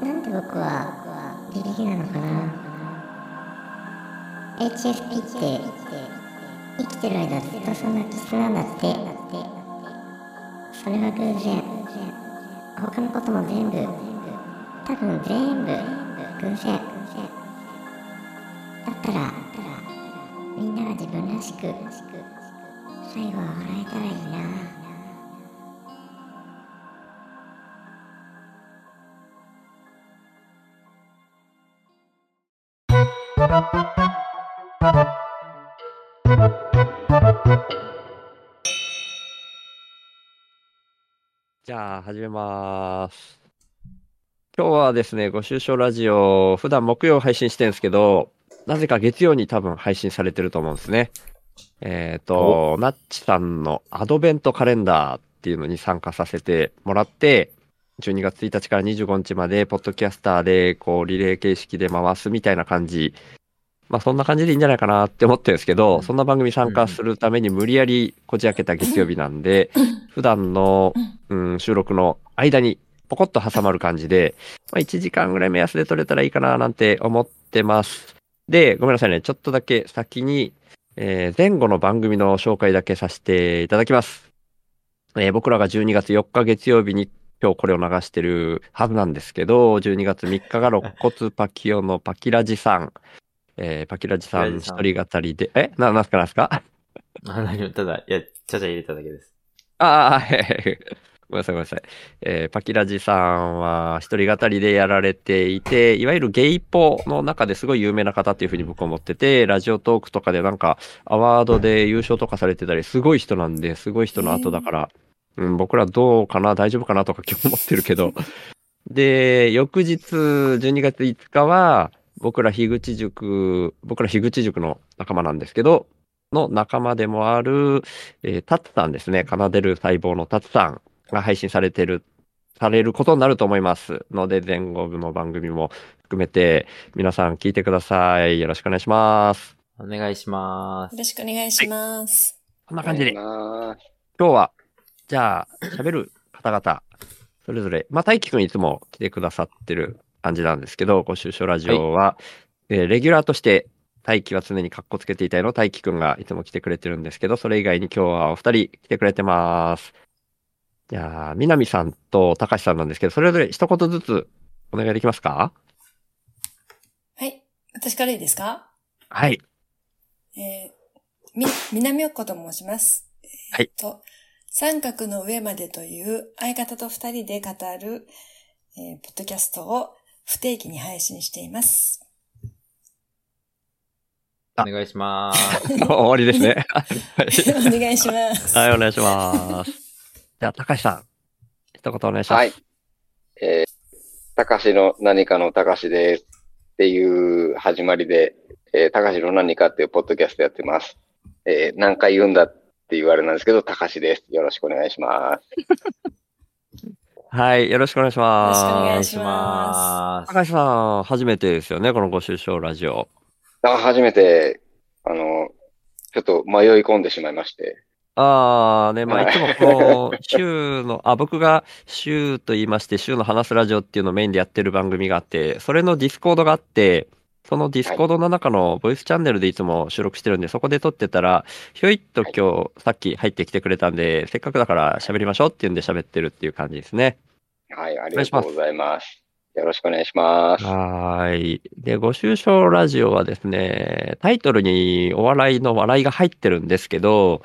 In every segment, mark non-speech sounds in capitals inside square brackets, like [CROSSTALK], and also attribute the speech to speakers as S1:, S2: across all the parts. S1: なんで僕は自力なのかな HSP って生きてる間ずっとそんな気質なんだってそれは偶然他のことも全部多分全部偶然だったらみんなが自分らしく最後は笑えたらいいな
S2: じゃあ、始めます。今日はですね、ご愁傷ラジオ、普段木曜配信してるんですけど、なぜか月曜に多分配信されてると思うんですね。えっ、と、ナッチさんのアドベントカレンダーっていうのに参加させてもらって、12月1日から25日まで、ポッドキャスターで、こう、リレー形式で回すみたいな感じ。まあ、そんな感じでいいんじゃないかなって思ってるんですけど、そんな番組参加するために無理やりこじ開けた月曜日なんで、普段の、うん、収録の間にポコッと挟まる感じで、まあ、1時間ぐらい目安で撮れたらいいかななんて思ってます。で、ごめんなさいね。ちょっとだけ先に、えー前後の番組の紹介だけさせていただきます。えー僕らが12月4日月曜日に今日これを流してるはずなんですけど、12月3日が肋骨パキオのパキラジさん。えーパキラジさん
S3: パキラジ
S2: 一
S3: さん
S2: 人語りで、えな、なんすかなんすか
S3: あ、何も、ただ、いや、ちゃちゃ入れただけです。
S2: ああ、はいはいはい。 [LAUGHS] ごめんなさい、ごめんなさい。えーパキラジさんは一人語りでやられていて、いわゆるゲイポの中ですごい有名な方っていうふうに僕は思ってて、ラジオトークとかでなんかアワードで優勝とかされてたり、すごい人なんで、すごい人の後だから、うん、僕らどうかな、大丈夫かなとか今日思ってるけど。で、翌日、12月5日は、僕ら樋口塾、僕ら樋口塾の仲間なんですけど、の仲間でもある、えー、タツさんですね。奏でる細胞のタツさんが配信されてる、されることになると思います。ので、前後部の番組も含めて、皆さん聞いてください。よろしくお願いします。
S3: お願いしま
S4: よ
S3: す。
S4: ろしくお願いします。
S2: こんな感じで、今
S5: な
S2: 日は、じゃあ、喋る方々、それぞれ、まあ、大輝くんいつも来てくださってる感じなんですけど、ご愁傷ラジオは、えーレギュラーとして、大輝は常にカッコつけていたいの大輝くんがいつも来てくれてるんですけど、それ以外に今日はお二人来てくれてます。いやー、南さんと高橋さんなんですけど、それぞれ一言ずつお願いできますか
S4: はい。私からいいですか
S2: はい。
S4: えー、み、南岡と申します。
S2: はい
S4: えーっと、三角の上までという相方と二人で語る、えーポッドキャストを不定期に配信してい [LAUGHS] ます。
S2: あ
S3: お願いします。
S2: [LAUGHS] 終わりです [LAUGHS] ね。
S4: お願いします。
S2: はい、お願いします。じゃあ、高橋さん、一言お願いします。
S5: はい。えー、たかしの何かのたかしですっていう始まりで、えー、たかしの何かっていうポッドキャストやってます。えー、何回言うんだって言われなんですけど、たかしです。よろしくお願いします。
S2: はい、よろしくお願いします。
S4: よろしくお願い
S3: お願いしま
S2: 高橋さん、初めてですよね、このご愁傷ラジオ。
S5: あ、初めて、あの、ちょっと迷い込んでしまいまして。
S2: あーね、まあ、
S5: はい
S2: いつもこ
S4: [LAUGHS]
S2: う、週の、あ、僕が週と言いまして、週の話すラジオっていうのをメインでやってる番組があって、それのディスコードがあって、そのディスコードの中のボイスチャンネルでいつも収録してるんで、そこで撮ってたら、ひょいっと今日、さっき入ってきてくれたんで、せっかくだから喋りましょうっていうんで喋ってるっていう感じですね。
S5: はい、ありがとうございます。よろしくお願いします。
S2: はーい。で、ご愁傷ラジオはですね、タイトルにお笑いの笑いが入ってるんですけど、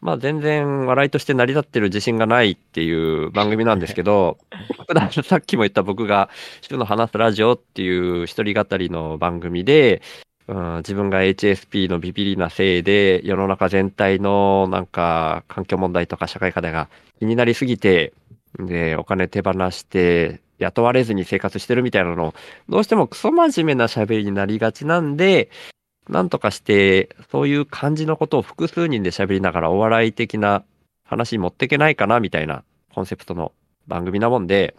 S2: まあ全然笑いとして成り立ってる自信がないっていう番組なんですけ
S5: [LAUGHS]
S2: ど、普段さっきも言った僕が、週の話すラジオっていう一人語りの番組で、うん、自分が HSP のビビリなせいで、世の中全体のなんか環境問題とか社会課題が気になりすぎて、で、お金手放して、雇われずに生活してるみたいなのをどうしてもクソ真面目な喋りになりがちなんで、なんとかして、そういう感じのことを複数人で喋りながらお笑い的な話に持っていけないかな、みたいなコンセプトの番組なもんで、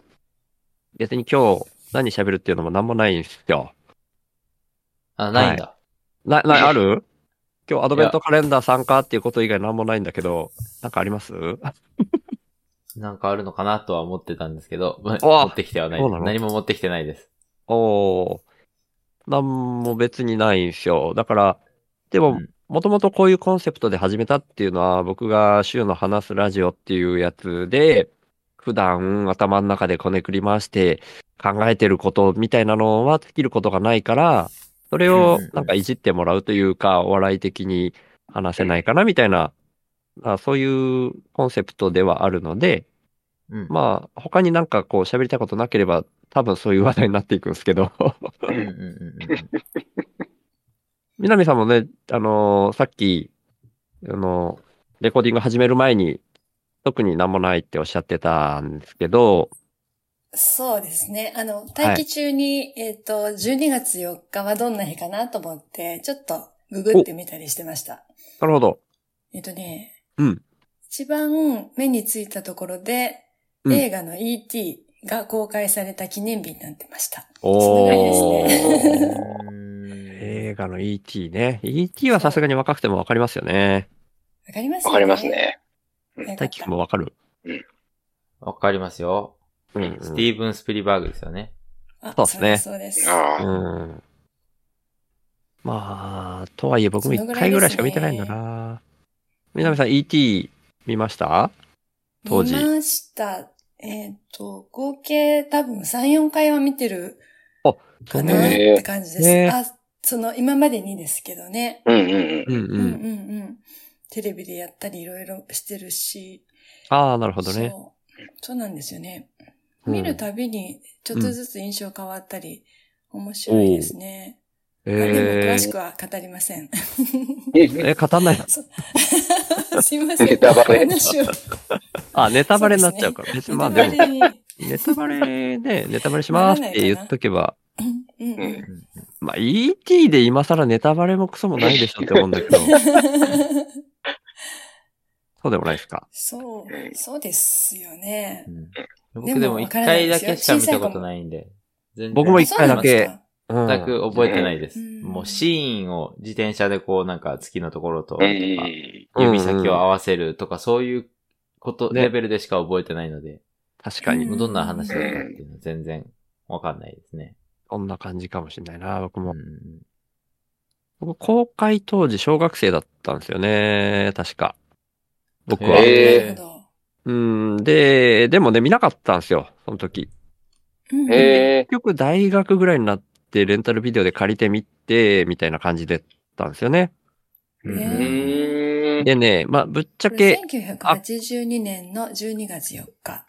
S2: 別に今日何喋るっていうのもなんもないんですよ。
S3: あ、ないんだ。
S2: な、な、ある今日アドベントカレンダー参加っていうこと以外なんもないんだけど、なんかあります
S3: なんかあるのかなとは思ってたんですけど、ま
S2: うわ
S3: 持ってきてはない
S2: そうなの
S3: 何も持ってきてないです。
S2: おー。なんも別にないんですよ。だから、で
S3: う
S2: も
S3: ん、
S2: もともとこういうコンセプトで始めたっていうのは、僕が週の話すラジオっていうやつで、普段頭の中でこねくり回して考えてることみたいなのは尽きることがないから、それ
S3: う
S2: を
S3: んうん
S2: なんかいじってもらうというか、お笑い的に話せないかなみたいな、あそういうコンセプトではあるので、
S3: うん。
S2: まあ、他になんかこう喋りたいことなければ、多分そういう話題になっていくんですけど。
S3: うんうんうんうんうん
S2: 南さんもね、あのーさっき、あのーレコーディング始める前に、特になんもないっておっしゃってたんですけど、
S4: そうですね。あの、待機中に、えっ、と、12月4日はどんな日かなと思って、ちょっとググってみたりしてました。
S2: なるほど。
S4: えっ、とね、
S2: うん
S4: 一番目についたところで、
S2: うん
S4: 映画の ET が公開された記念日になってました。
S2: お
S4: ーすごいですね
S2: 映画の ET ね。ET はさすがに若くてもわかりますよね。
S4: わかります
S5: わかります。ね。
S4: よかっ
S2: 大輝
S4: た
S2: くんもわかる。
S3: わかりますよ。
S2: うん、うん。
S3: スティーブン・スピリバーグですよね。
S4: あ
S2: そうですね
S4: そうです。そう
S5: ああ、
S2: うん。まあ、とはいえ僕も
S4: その
S2: 一
S4: ぐらい
S2: 回ぐらいしか見てないんだ
S4: です
S2: な。南さん ET 見ました当
S4: です
S2: 時
S4: 見ました。えっ、と、合計多分3、4回は見てるかなっ
S5: ね
S4: て感じです。
S2: ね
S4: あ、その、今までにですけどね。
S5: うんうんうん。
S2: うんう
S4: うん
S2: ん。
S4: うんうん。テレビでやったりいろいろしてるし。
S2: ああ、なるほどね。
S4: そう。そうなんですよね。
S2: うん
S4: 見るたびに、ちょっとずつ印象変わったり、面白いですね。
S2: え
S4: まあでも詳し
S2: ー
S4: くは語りませ
S2: [LAUGHS]
S4: ん。
S2: え、語んない
S4: すいません。
S5: ネタバレ
S4: 話を。
S2: あ、ネタバレになっちゃうから。別にまあでも
S4: ネ、タバレに
S2: ネタバレね、ネタバレしますって言っとけば、
S4: うんう
S5: うんん
S2: まあ ET で今更ネタバレもクソもないでしょって思うんだけ [LAUGHS] ど、そうでもないですか。
S4: そう、そうですよね
S3: う。ん
S4: で
S3: 僕
S4: も
S3: でも一回だけしか見たことないんで。全然
S2: 僕も一回だけ
S4: あ
S2: うん。
S3: 全く覚えてないです。
S4: うん
S3: もうシーンを自転車でこうなんか月のところとと
S5: う
S3: か、
S5: ん
S3: 指先を合わせるとかそういうこと、
S2: ね
S3: レベルでしか覚えてないので、
S2: 確かに
S4: う
S3: も
S4: ん
S3: うどんな話だったっていうのは全然わかんないですね。
S2: こんな感じかもしれないな、僕
S3: う
S2: も。
S3: ん
S2: 僕、公開当時小学生だったんですよね、確か。僕は。
S4: な
S5: へ
S4: る
S5: ー
S4: ほど。
S2: うん、で、でもね、見なかったんですよ、その時。
S4: うん
S5: へえ
S2: 結局大学ぐらいになってレンタルビデオで借りてみて、みたいな感じだったんですよね。
S3: うん
S5: う
S4: ね
S5: ーん。
S2: でね、まあ、ぶっちゃ
S4: これ
S2: け、
S4: 1982年の12月4日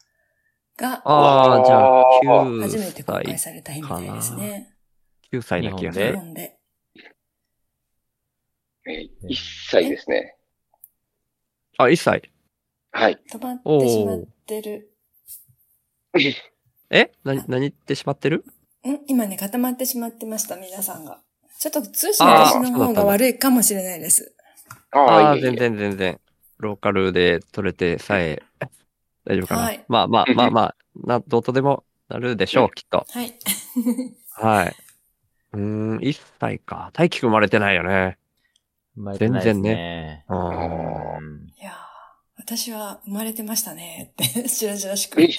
S4: が
S2: ああ、じゃあ、9
S4: 初めて公開
S2: 歳、
S4: された日みたいですね。
S2: 9歳な気がす
S3: かな
S4: 日
S2: る。
S4: 本で。
S5: えー一歳ですね。
S2: あ、1歳。
S5: はい。
S4: 止まってしまってる。
S2: えな、何言ってしまってる
S4: ん今ね、固まってしまってました、皆さんが。ちょっと通信
S2: あー
S4: 私の方が悪いかもしれないです。
S5: あ
S2: あ
S5: あ、
S2: あ、
S5: いえい
S2: 全
S5: え。
S2: 然全然。ローカルで取れてさえ、 [LAUGHS] 大丈夫かな。
S4: はい
S2: まあまあまあまあ、な、どうとでもなるでしょう、きっと。
S4: [LAUGHS] はい。
S2: はい。うーん、1歳か。大輝くん生まれてないよね。
S3: 生まれてないですね。
S2: う。
S3: うん
S5: 然
S4: いやー私は生まれてましたねって、 [LAUGHS] しらじらしく
S5: え。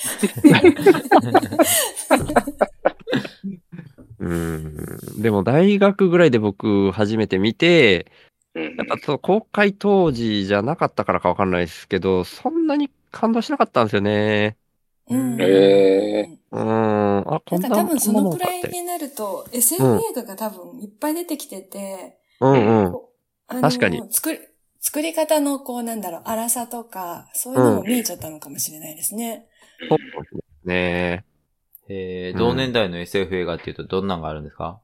S2: うーん。でも大学ぐらいで僕初めて見て、
S5: うん
S2: やっぱそう公開当時じゃなかったからかわかんないですけど、そんなに感動しなかったんですよね。
S4: うん
S5: へ
S2: うーん。あ、こ
S4: なんん
S2: なも
S4: か多
S2: ん
S4: 分そのくらい
S2: こんな
S4: になると、SF 映画が多分いっぱい出てきてて、
S2: もんだって
S4: こうあの
S2: 確かに
S4: 作り、作り方のこうなんだろう、荒さとか、そういうのも見えちゃったのかもしれないですね。
S2: うんうん。そうですね。
S3: え
S2: う
S3: ー
S2: ん
S3: 同年代の SF 映画っていうとどんなのがあるんですか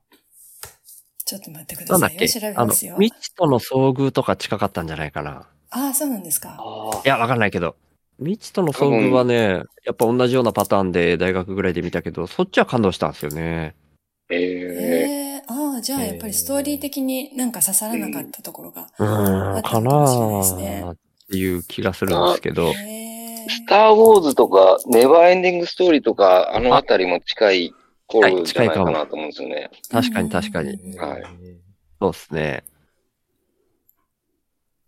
S4: ちょっと待ってく
S2: な
S4: だ
S2: んだ
S4: さ
S2: っ
S4: い
S2: け
S4: よ。調べ
S2: あ
S4: ま
S2: の
S4: すよ、。
S2: 未知との遭遇とか近かったんじゃないかな。
S4: ああ、そうなんですか。
S5: あ
S2: いや、わかんないけど。未知との遭遇はね、やっぱ同じようなパターンで大学ぐらいで見たけど、そっちは感動したんですよね。
S5: ーえ
S4: ええああ、じゃあやっぱりストーリー的になんか刺さらなかったところが。
S2: うーん、
S4: あそ
S2: か
S4: う
S2: な
S4: かもしれないですね
S2: ーっていう気がするんですけど。
S4: へえ
S5: ースター・ウォーズとか、ネバーエンディング・ストーリーとか、あのあたりも近い頃じゃないかなと思うんですよね。
S2: 確かに確かに。
S5: はい
S2: そうですね。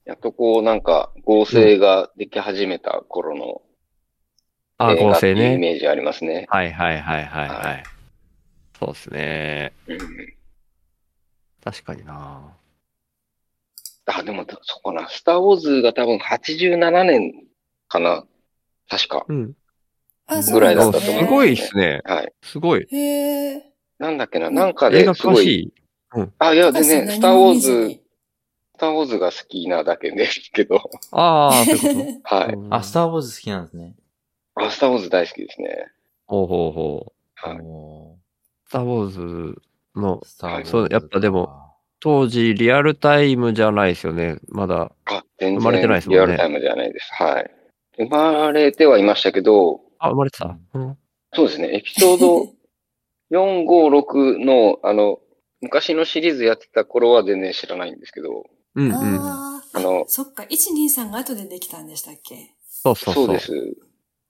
S5: やっとこう、なんか、合成ができ始めた頃の
S2: あ、合成
S5: っていうイ
S2: ね。
S5: メージありますね。
S2: はいはいはいはいは。
S5: はい
S2: そうですね。
S5: うん
S2: 確かにな
S5: あ、でも、そこな。スター・ウォーズが多分87年かな。確か。
S2: うん。
S4: あ、そう
S5: ぐら
S4: ないんで
S5: だった
S4: す
S5: と思
S4: ね。
S5: う
S2: すごいっすね。
S5: はい。
S2: すごい。
S4: へえ。
S5: なんだっけな。なんか
S2: 映
S5: で
S2: 画
S5: すご
S2: 詳し
S5: い。
S2: い。
S5: あ、いや、全然、スター・ウォーズ、
S4: ズ。
S5: スター・ウォーズが好きなだけですけど。
S2: ああ、そういうこ
S5: [LAUGHS] は
S2: と
S5: い。
S2: うん。
S3: あ、スターウォーズ好きなんですね。
S5: あ、スター・ウォーズ大好きですね。
S2: ほうほうほう。
S5: はい
S3: お
S2: スター・ウォーズの
S3: ースターウォーズ。
S2: そうやっぱでも。当時リアルタイムじゃないですよね。まだ。
S5: あ、全
S2: 生まれてないです
S5: 然
S2: もんね
S5: リアルタイムじゃないです。はい。生まれてはいましたけど、
S2: あ、生まれてた。うん。
S5: そうですね、エピソ
S2: [LAUGHS]
S5: ード4、5、6の、あの、昔のシリーズやってた頃は全然知らないんですけど、
S2: うんうん。
S4: あ
S5: あの
S4: あ、、そっか、123が後でできたんでしたっけ
S2: そうそうそ
S5: そ
S2: うう。
S5: です。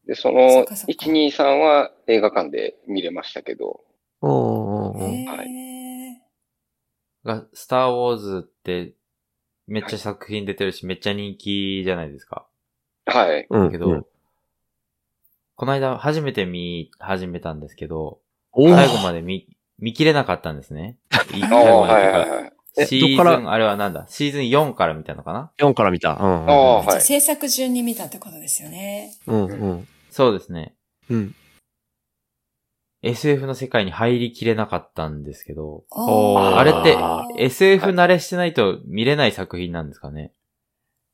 S5: で、そ
S4: そ
S5: の
S4: っかそっか
S5: 1、2、3は映画館で見れましたけど、
S2: おーおーおー
S4: へ
S5: は
S4: え。
S3: が、スターウォーズって、めっちゃ作品出てるし、めっちゃ人気じゃないですか。
S5: はい。
S2: うん。
S3: けど、この間初めて見始めたんですけど、
S2: お
S3: 最後
S2: ー
S3: まで見、見切れなかったんですね。い最
S5: ああ、
S3: 後ま
S5: は
S3: でっ
S5: い
S3: ていう
S5: はい
S3: か
S5: はい。
S2: え
S3: シーズ
S2: どっから
S3: ン、あれはなんだシーズン4から見たのかな
S2: 4から見た。うんうんうん。
S5: ああ
S4: じゃ
S5: は
S4: あ
S5: い
S4: 制作順に見たってことですよね。
S2: うんうん。
S3: そうですね。
S2: うん。
S3: SF の世界に入りきれなかったんですけど、
S2: おー
S4: ー
S3: あれって
S2: あ、
S3: SF 慣れしてないと見れない作品なんですかね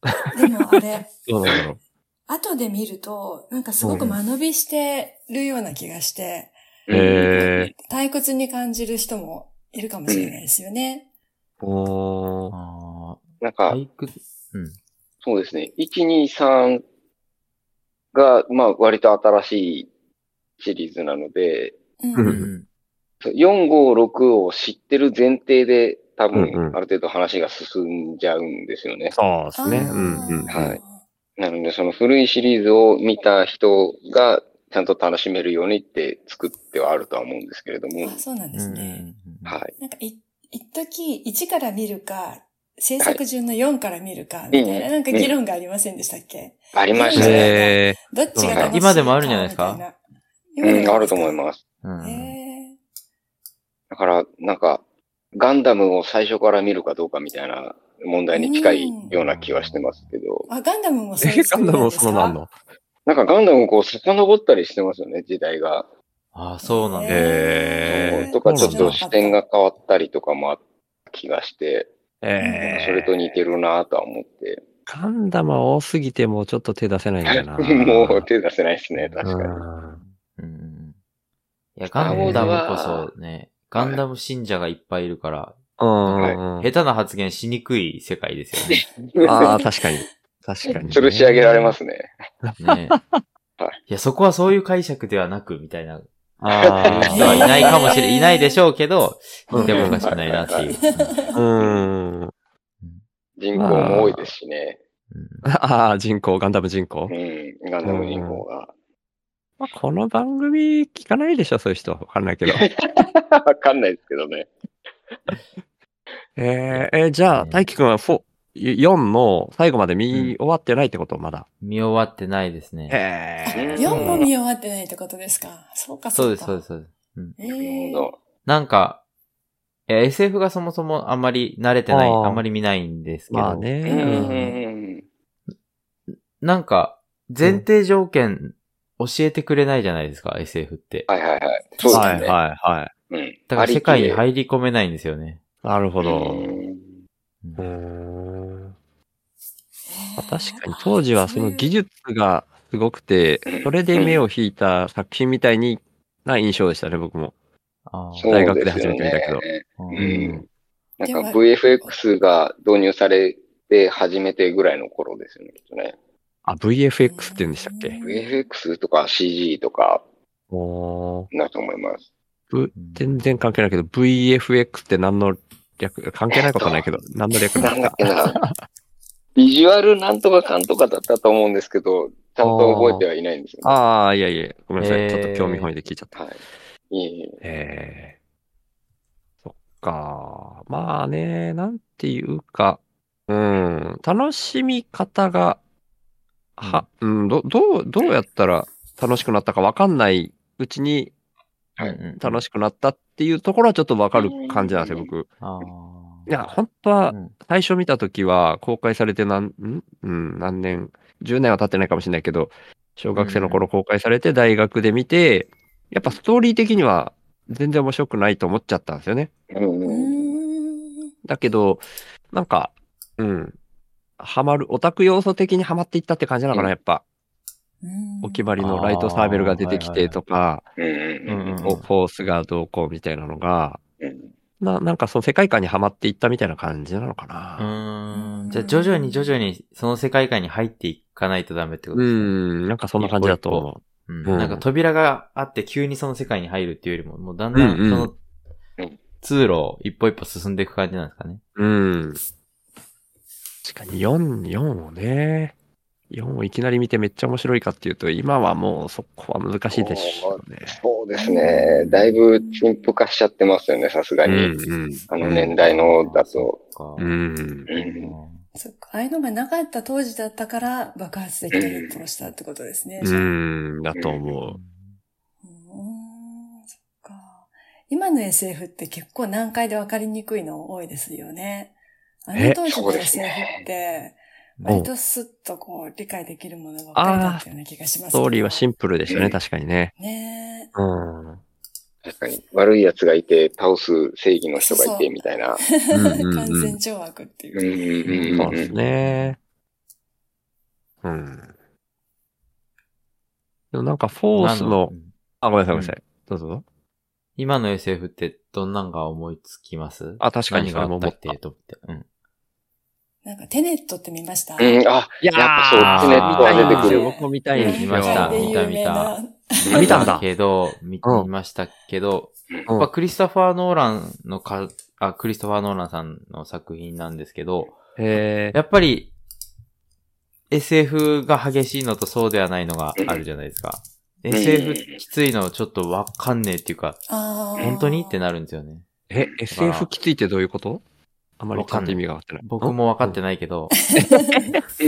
S4: でもあれ、
S2: どうなんだろう。
S4: 後で見ると、なんかすごく間延びしてるような気がして、
S5: うん
S2: へえ。
S4: 退屈に感じる人もいるかもしれないですよね。
S2: おー。
S3: あ
S5: なん
S3: あ、
S5: か、
S3: 俳句、うん。
S5: そうですね、1、2、3が、まあ、割と新しいシリーズなので、
S4: うん
S2: う
S3: うんん。
S5: 4、5、6を知ってる前提で、多分
S2: うんう、ん
S5: ある程度話が進んじゃうんですよね。
S2: そうですね。
S4: あー
S2: うんうん。。
S5: はいいなので、その古いシリーズを見た人が、ちゃんと楽しめるようにって作ってはあるとは思うんですけれども
S4: あ、そうなんですね。
S5: は
S4: なんかい、一時1から見るか、制作順の4から見るか、
S5: い
S4: みたいな、なんか議論がありませんでしたっけ
S5: い。ありましたね。
S2: へえ。
S4: どっちが楽しいか
S3: 今でもあるんじゃないですか
S4: みたな今で
S5: うん、
S4: も
S5: あると思い
S4: す
S5: ます。
S3: うんうん
S4: か。
S3: うん
S4: へ
S5: だから、なんか、ガンダムを最初から見るかどうかみたいな問題に近いような気はしてますけど、
S4: ーあ、ガンダムもそう
S2: え
S4: いう
S2: ガ
S4: 作り
S2: ンダムも
S4: です
S2: そのなんの
S5: なんかガンダムをこう遡ったりしてますよね、時代が。
S3: ああ、そうなんだ。
S2: へー
S5: とか、ちょっと視点。が変わったりとかもあった気がして、
S2: ええ。
S5: それと似てるなぁとは思って、
S2: ガンダムは多すぎてもうちょっと手出せないんだよな。
S5: [LAUGHS] もう手出せないですね、確かに。
S3: うんうんうん。いや、
S5: スター
S3: ガ
S5: ウ
S3: ン
S5: ォーズ
S3: ダ
S5: は
S3: ムこそね、ガンダム信者がいっぱいいるから、
S2: うん。
S3: 下手な発言しにくい世界ですよね。
S2: ああ、確かに。確かに、ね。
S5: 吊るし上げられますね。
S3: [LAUGHS]
S5: [LAUGHS]
S3: ねいや、そこはそういう解釈ではなく、みたいな。
S2: あ
S3: 人はいないかもしれ、
S4: へー
S3: いないでしょうけど、
S2: うん
S3: いてもおかしくないなっていう。
S2: あ。うん。
S5: 人口も多いですしね。
S3: うん
S2: ああ、人口、ガンダム人口
S5: う。ん、ガンダム人口が。
S2: まあ、この番組聞かないでしょ、そういう人。わかんないけど。え
S5: [LAUGHS] わかんないですけどね。
S2: ー、えーじゃあ、大輝くんは4、4の最後まで見終わってないってこと、まだ。
S3: 見終わってないですね。
S2: へえ。
S4: 4も見終わってないってことですか。そうか、
S3: そう
S4: そう
S3: で
S4: か。
S3: す、そうです、
S4: す。
S3: そうです。
S5: なる
S4: え
S5: ほど
S3: なんか、いや SF がそもそもあんまり慣れてない、
S2: あー
S3: あんまり見ないんですけど。
S2: まあね。
S5: う
S2: うんん
S3: なんか、前提条件教えてくれないじゃないですか、SF って。
S5: はいはいはい。そう
S2: は
S5: です
S2: い
S5: ね。
S2: はいは
S5: うん。
S3: だから世界に
S5: る
S3: 入り込めないんですよね。
S2: い。なるほ
S5: ほ
S2: ど。うーん。まあ確かに当時はその技
S4: 術。
S2: 術がすごくて、それで目を引いた作品みたいにな印象でしたね、僕も。
S3: あー
S5: そう
S2: 大学
S5: で
S2: です初
S5: よ
S2: めて見たけど
S5: ね。
S3: うん
S5: うんなんか
S4: では
S5: VFX が導入されて初めてぐらいの頃ですよね、きっとね。
S2: あ、VFX って言うんでしたっけ
S4: うん
S5: VFX とか CG とか
S2: おー
S5: だと思います。
S2: 全然関係ないけど、VFX って何の略、関係ないことはないけど、何の略な
S5: なんん
S2: で
S5: だ
S2: す
S5: っけな。ビジュアルなんとかかんとかだったと思うんですけど、ちゃんと覚えてはいないんですよ
S2: か
S5: ね。
S2: ああ、いやいや、ごめんなさ
S3: え
S2: い。
S3: ー
S2: ちょっと興味本位で聞いちゃった。
S5: はい。いえいえ
S2: えー、そっか。まあね、なんていうか、うん、楽しみ方が、は、うん、ど、どう、どうやったら楽しくなったかわかんないうちに
S5: はい
S3: うんうん
S2: 楽しくなったっていうところはちょっとわかる感じなんですよ、僕。
S3: あ
S2: い
S3: ー
S2: や、本当は
S3: うん
S2: 最初見たときは公開されてなん、んうん、何年、10年は経ってないかもしれないけど、小学生の頃公開されて大学で見て、やっぱストーリー的には全然面白くないと思っちゃったんですよね。
S5: うん
S4: う
S5: うん
S4: ーん。
S2: だけど、なんか、うん、ハマる、オタク要素的にはまっていったって感じなのか
S5: うん
S2: な、やっぱ。
S4: うん
S2: お決まりのライトサーベルが出てきてとか、
S5: うんうん
S2: フォースがどうこうみたいなのが、
S5: うん
S2: ななんかその世界観にはまっていったみたいな感じなのか
S3: う
S2: な。
S3: ーん。じゃあ徐々に徐々にその世界観に入っていかないとダメってこと
S2: う
S3: ですね。
S2: ん、なんかそんな感じだと思う。
S3: うん
S2: うん
S3: なんか扉があって急にその世界に入るっていうよりも、もうだんだん
S2: うんうん
S3: その
S5: うん
S3: 通路を一歩一歩進んでいく感じなんですかね。
S2: うん。確かに4、4をね、4をいきなり見てめっちゃ面白いかっていうと、今はもうそこは難しいでしょうね。
S5: そうですね。だいぶ陳腐化しちゃってますよね、さすが
S2: う
S5: に。
S2: ん
S5: あの年代のだと。
S3: そっ
S2: う
S3: か。
S2: ん。うん。
S5: うん
S4: そっか。ああいうのがなかった当時だったから爆発的にヒットしたってことですね。
S2: うん、だと思う。
S4: うーんそっか。今の SF って結構難解で分かりにくいの多いですよね。あの
S2: え
S4: 当時
S5: そう
S4: の
S5: です
S4: SF
S5: ね
S4: って、
S2: お
S4: 割とスッとこう理解できるものばっかりだったような気がしますけど。
S2: ストーリーはシンプルでした
S5: う
S2: ね、
S5: ん
S2: 確かにね。
S4: ね
S2: うん。うん
S5: 確かに。悪い奴がいて、倒す正義の人がい
S4: そうそ
S5: て、
S4: う
S5: みたいな。
S4: え。
S2: うんうんうん
S4: [LAUGHS] 完全懲悪っていう
S5: うん
S4: か。
S5: う
S2: そううん
S5: んうん
S2: ですね。うん。でもなんかフォースの
S3: う、ん
S2: あ、ごめんなさい、ごめんなさい。どうぞ。
S3: 今の SF ってどんなんが思いつきます
S2: あ、確かにそれも
S3: 何
S2: 思
S3: があ
S2: っ
S3: った
S2: た。
S3: っ
S2: い
S3: けと思って。うん。
S4: なんかテネットって見ました
S5: うん、あ、
S2: やー、
S5: やっぱそっちネットは出てくる。
S2: 僕も見たいんですよ。
S3: 見ました
S4: で有名な。
S2: あ見たんだ
S3: けど、見
S2: うん
S3: 見ましたけど、
S2: う
S3: や
S2: ん
S3: っぱクリストファー・ノーランのか、あ、クリストファー・ノーランさんの作品なんですけど、
S2: へえ。
S3: やっぱり、SF が激しいのとそうではないのがあるじゃないですか。
S5: ん
S3: SF きついのちょっとわかんねえっていうか、
S4: あー
S3: 本当にってなるんですよね。
S2: え、SF きついってどういうことあまりちゃんと意味がわかってない。
S3: 僕もわかってないけど、イ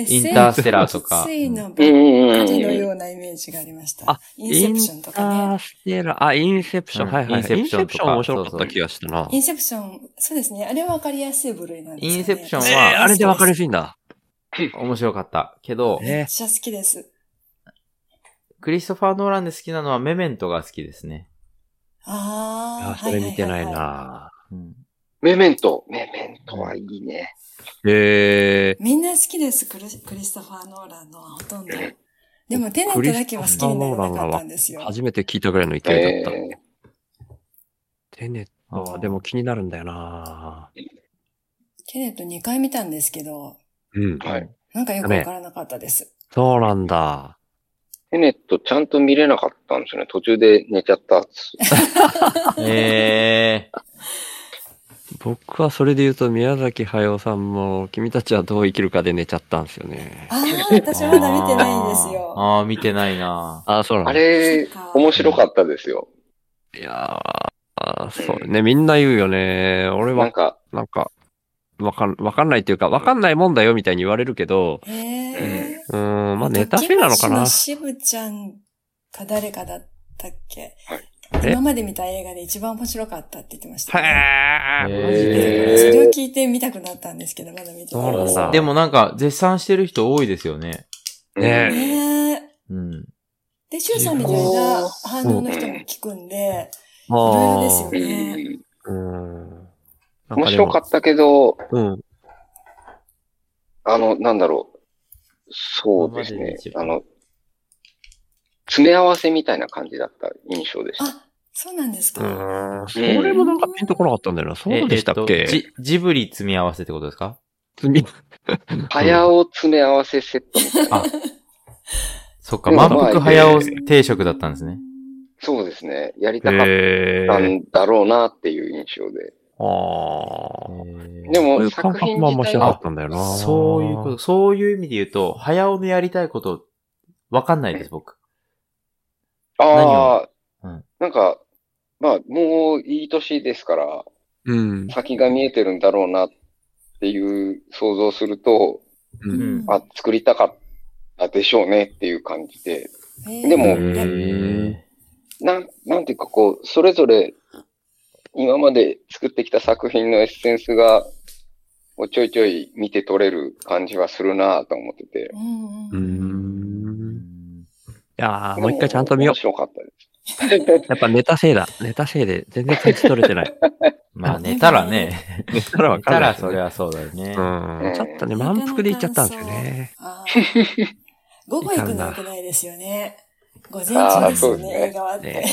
S4: SF
S3: ンターステラーとか。
S4: ついのばっ
S5: う
S4: か
S5: んうんうん
S4: りのようなイメージがありました。
S2: あ
S4: インセプションとか
S2: インタ
S4: ね。
S2: ーステラー、あ、インセプション、
S3: うん
S2: はいはい。イ
S3: イ
S2: ン
S3: ン
S2: セ
S3: セ
S2: プ
S3: プ
S2: シ
S3: シ
S2: ョン
S3: ョンとか
S2: 面白かった気がしたな。
S4: インセプション、そうですね。あれは分かりやすい部類なんですよね。
S3: インセプション
S2: えー
S3: は
S2: あれでわかりやすいんだ。
S3: 面白かった。けど、
S4: め
S2: ね
S4: っちゃ好きです。
S3: クリストファー・ノーランで好きなのはメメントが好きですね。
S4: ああ
S2: あ、、それ見てない
S4: ははは
S2: な。
S4: は
S3: うん
S5: メメント。メメントはいいね。
S2: へえ。
S4: みんな好きです、クリスクリストファー・ノーランのはほとんど。でも、テネットだけは好きにならなかったんですよ。
S2: 初めて聞いたぐらいの勢い
S5: え
S2: だった。
S5: ー
S2: テネットはでも気になるんだよな。
S4: テネット2回見たんですけど、
S2: うん。
S5: はい。
S4: なんかよくわからなかったです。
S2: そうなんだ。
S5: テネットちゃんと見れなかったんですよね。途中で寝ちゃったっす。
S3: え
S2: 僕はそれで言うと宮崎駿さんも君たちはどう生きるかで寝ちゃったんですよね。
S4: あ
S2: [LAUGHS]
S4: あ、私まだ見てないんです
S3: ー。
S4: よ。
S3: あー、見てないな
S2: あ、そうなんだ
S5: あれ
S4: そっか、
S5: 面白かったですよ。
S2: いやー、そうね、みんな言うよね。俺
S5: なん
S2: は、
S5: か、
S2: なんか、わかん、わかんないっていうか、わかんないもんだよみたいに言われるけど、
S4: へえ。
S2: うーん、まあネタフェなのかな。
S4: しぶちゃんか誰かだったっけ
S5: はい
S2: え
S4: 今まで見た映画で一番面白かったって言ってましたね、
S2: へー、マジで。
S5: へー
S4: それを聞いて見たくなったんですけど、まだ見てないです
S2: そうなんだ
S3: でもなんか、絶賛してる人多いですよね。
S2: ね
S4: ねえ。
S3: うん。
S4: で、シュウさんみたいな反応の人も聞くんで、いろいろです
S2: あ
S4: よ
S5: う
S2: ー
S5: ん
S4: ね。
S2: うん。
S5: 面白か
S2: っ
S5: ったけど、
S2: た。うん。
S5: あの、なんだろう。そうです
S3: 今まで
S5: ね
S3: で一。番
S5: あの、詰め合わせみたいな感じだった印象でした。
S4: あ、そうなんです
S2: う
S4: か。
S2: ーん。それもなんかピンとこなかったんだよな。そうでしたっ
S3: ええっ
S2: け
S3: とジジブリ詰み合わせってことですか
S2: 罪
S5: 早尾詰め合わせセットみたいな。
S3: あ、そっか、
S5: うん
S3: 満腹早尾
S5: まあえ
S3: 定食だったんですね。
S5: そうですね。やりたかっ
S2: へ
S5: た
S2: ー。
S5: んだろうなっていう印象で。
S2: あー。
S5: で
S2: そうい
S3: も、
S5: も、
S2: う感
S5: 作
S2: 覚
S5: 品
S2: も面
S5: 自体
S2: 白か
S5: は
S2: ったんだよな。
S3: そういうこと、そういう意味で言うと、早尾のやりたいこと、わかんないです、僕。
S5: ああ、
S3: 何をうん
S5: なんか、まあ、もういい年ですから、
S2: うん。
S5: 先が見えてるんだろうなっていう想像すると、
S2: うん。
S5: あ、作りたかっあ、でしょうねっていう感じで、
S4: へー
S5: でも
S3: う
S4: ね
S3: ーん
S5: なん、なんていうかこう、それぞれ今まで作ってきた作品のエッセンスが、こうちょいちょい見て取れる感じはするなぁと思ってて。
S4: うん
S2: うー
S4: うん。
S2: ん。いやー、もう一回ちゃんと見よ
S5: 面白かったです。
S2: う。やっぱネタせいだ。ネタせいで全然感じ取れてない。
S3: まあ寝たらね、
S2: ネタら
S3: 寝
S2: わか
S3: た
S2: んない
S3: ら
S2: です
S3: そ
S2: よ
S3: り
S2: ね。
S3: ゃそうだよ
S2: う
S3: ね。
S2: ん。ちょっとね、満腹でいっちゃったんですよね。
S4: あ
S2: [LAUGHS]
S4: ー午後行くの良くないですよね。午前中です
S5: あーそ
S4: よ
S5: うで
S4: ね、
S5: すね
S4: 映画はって。
S2: ね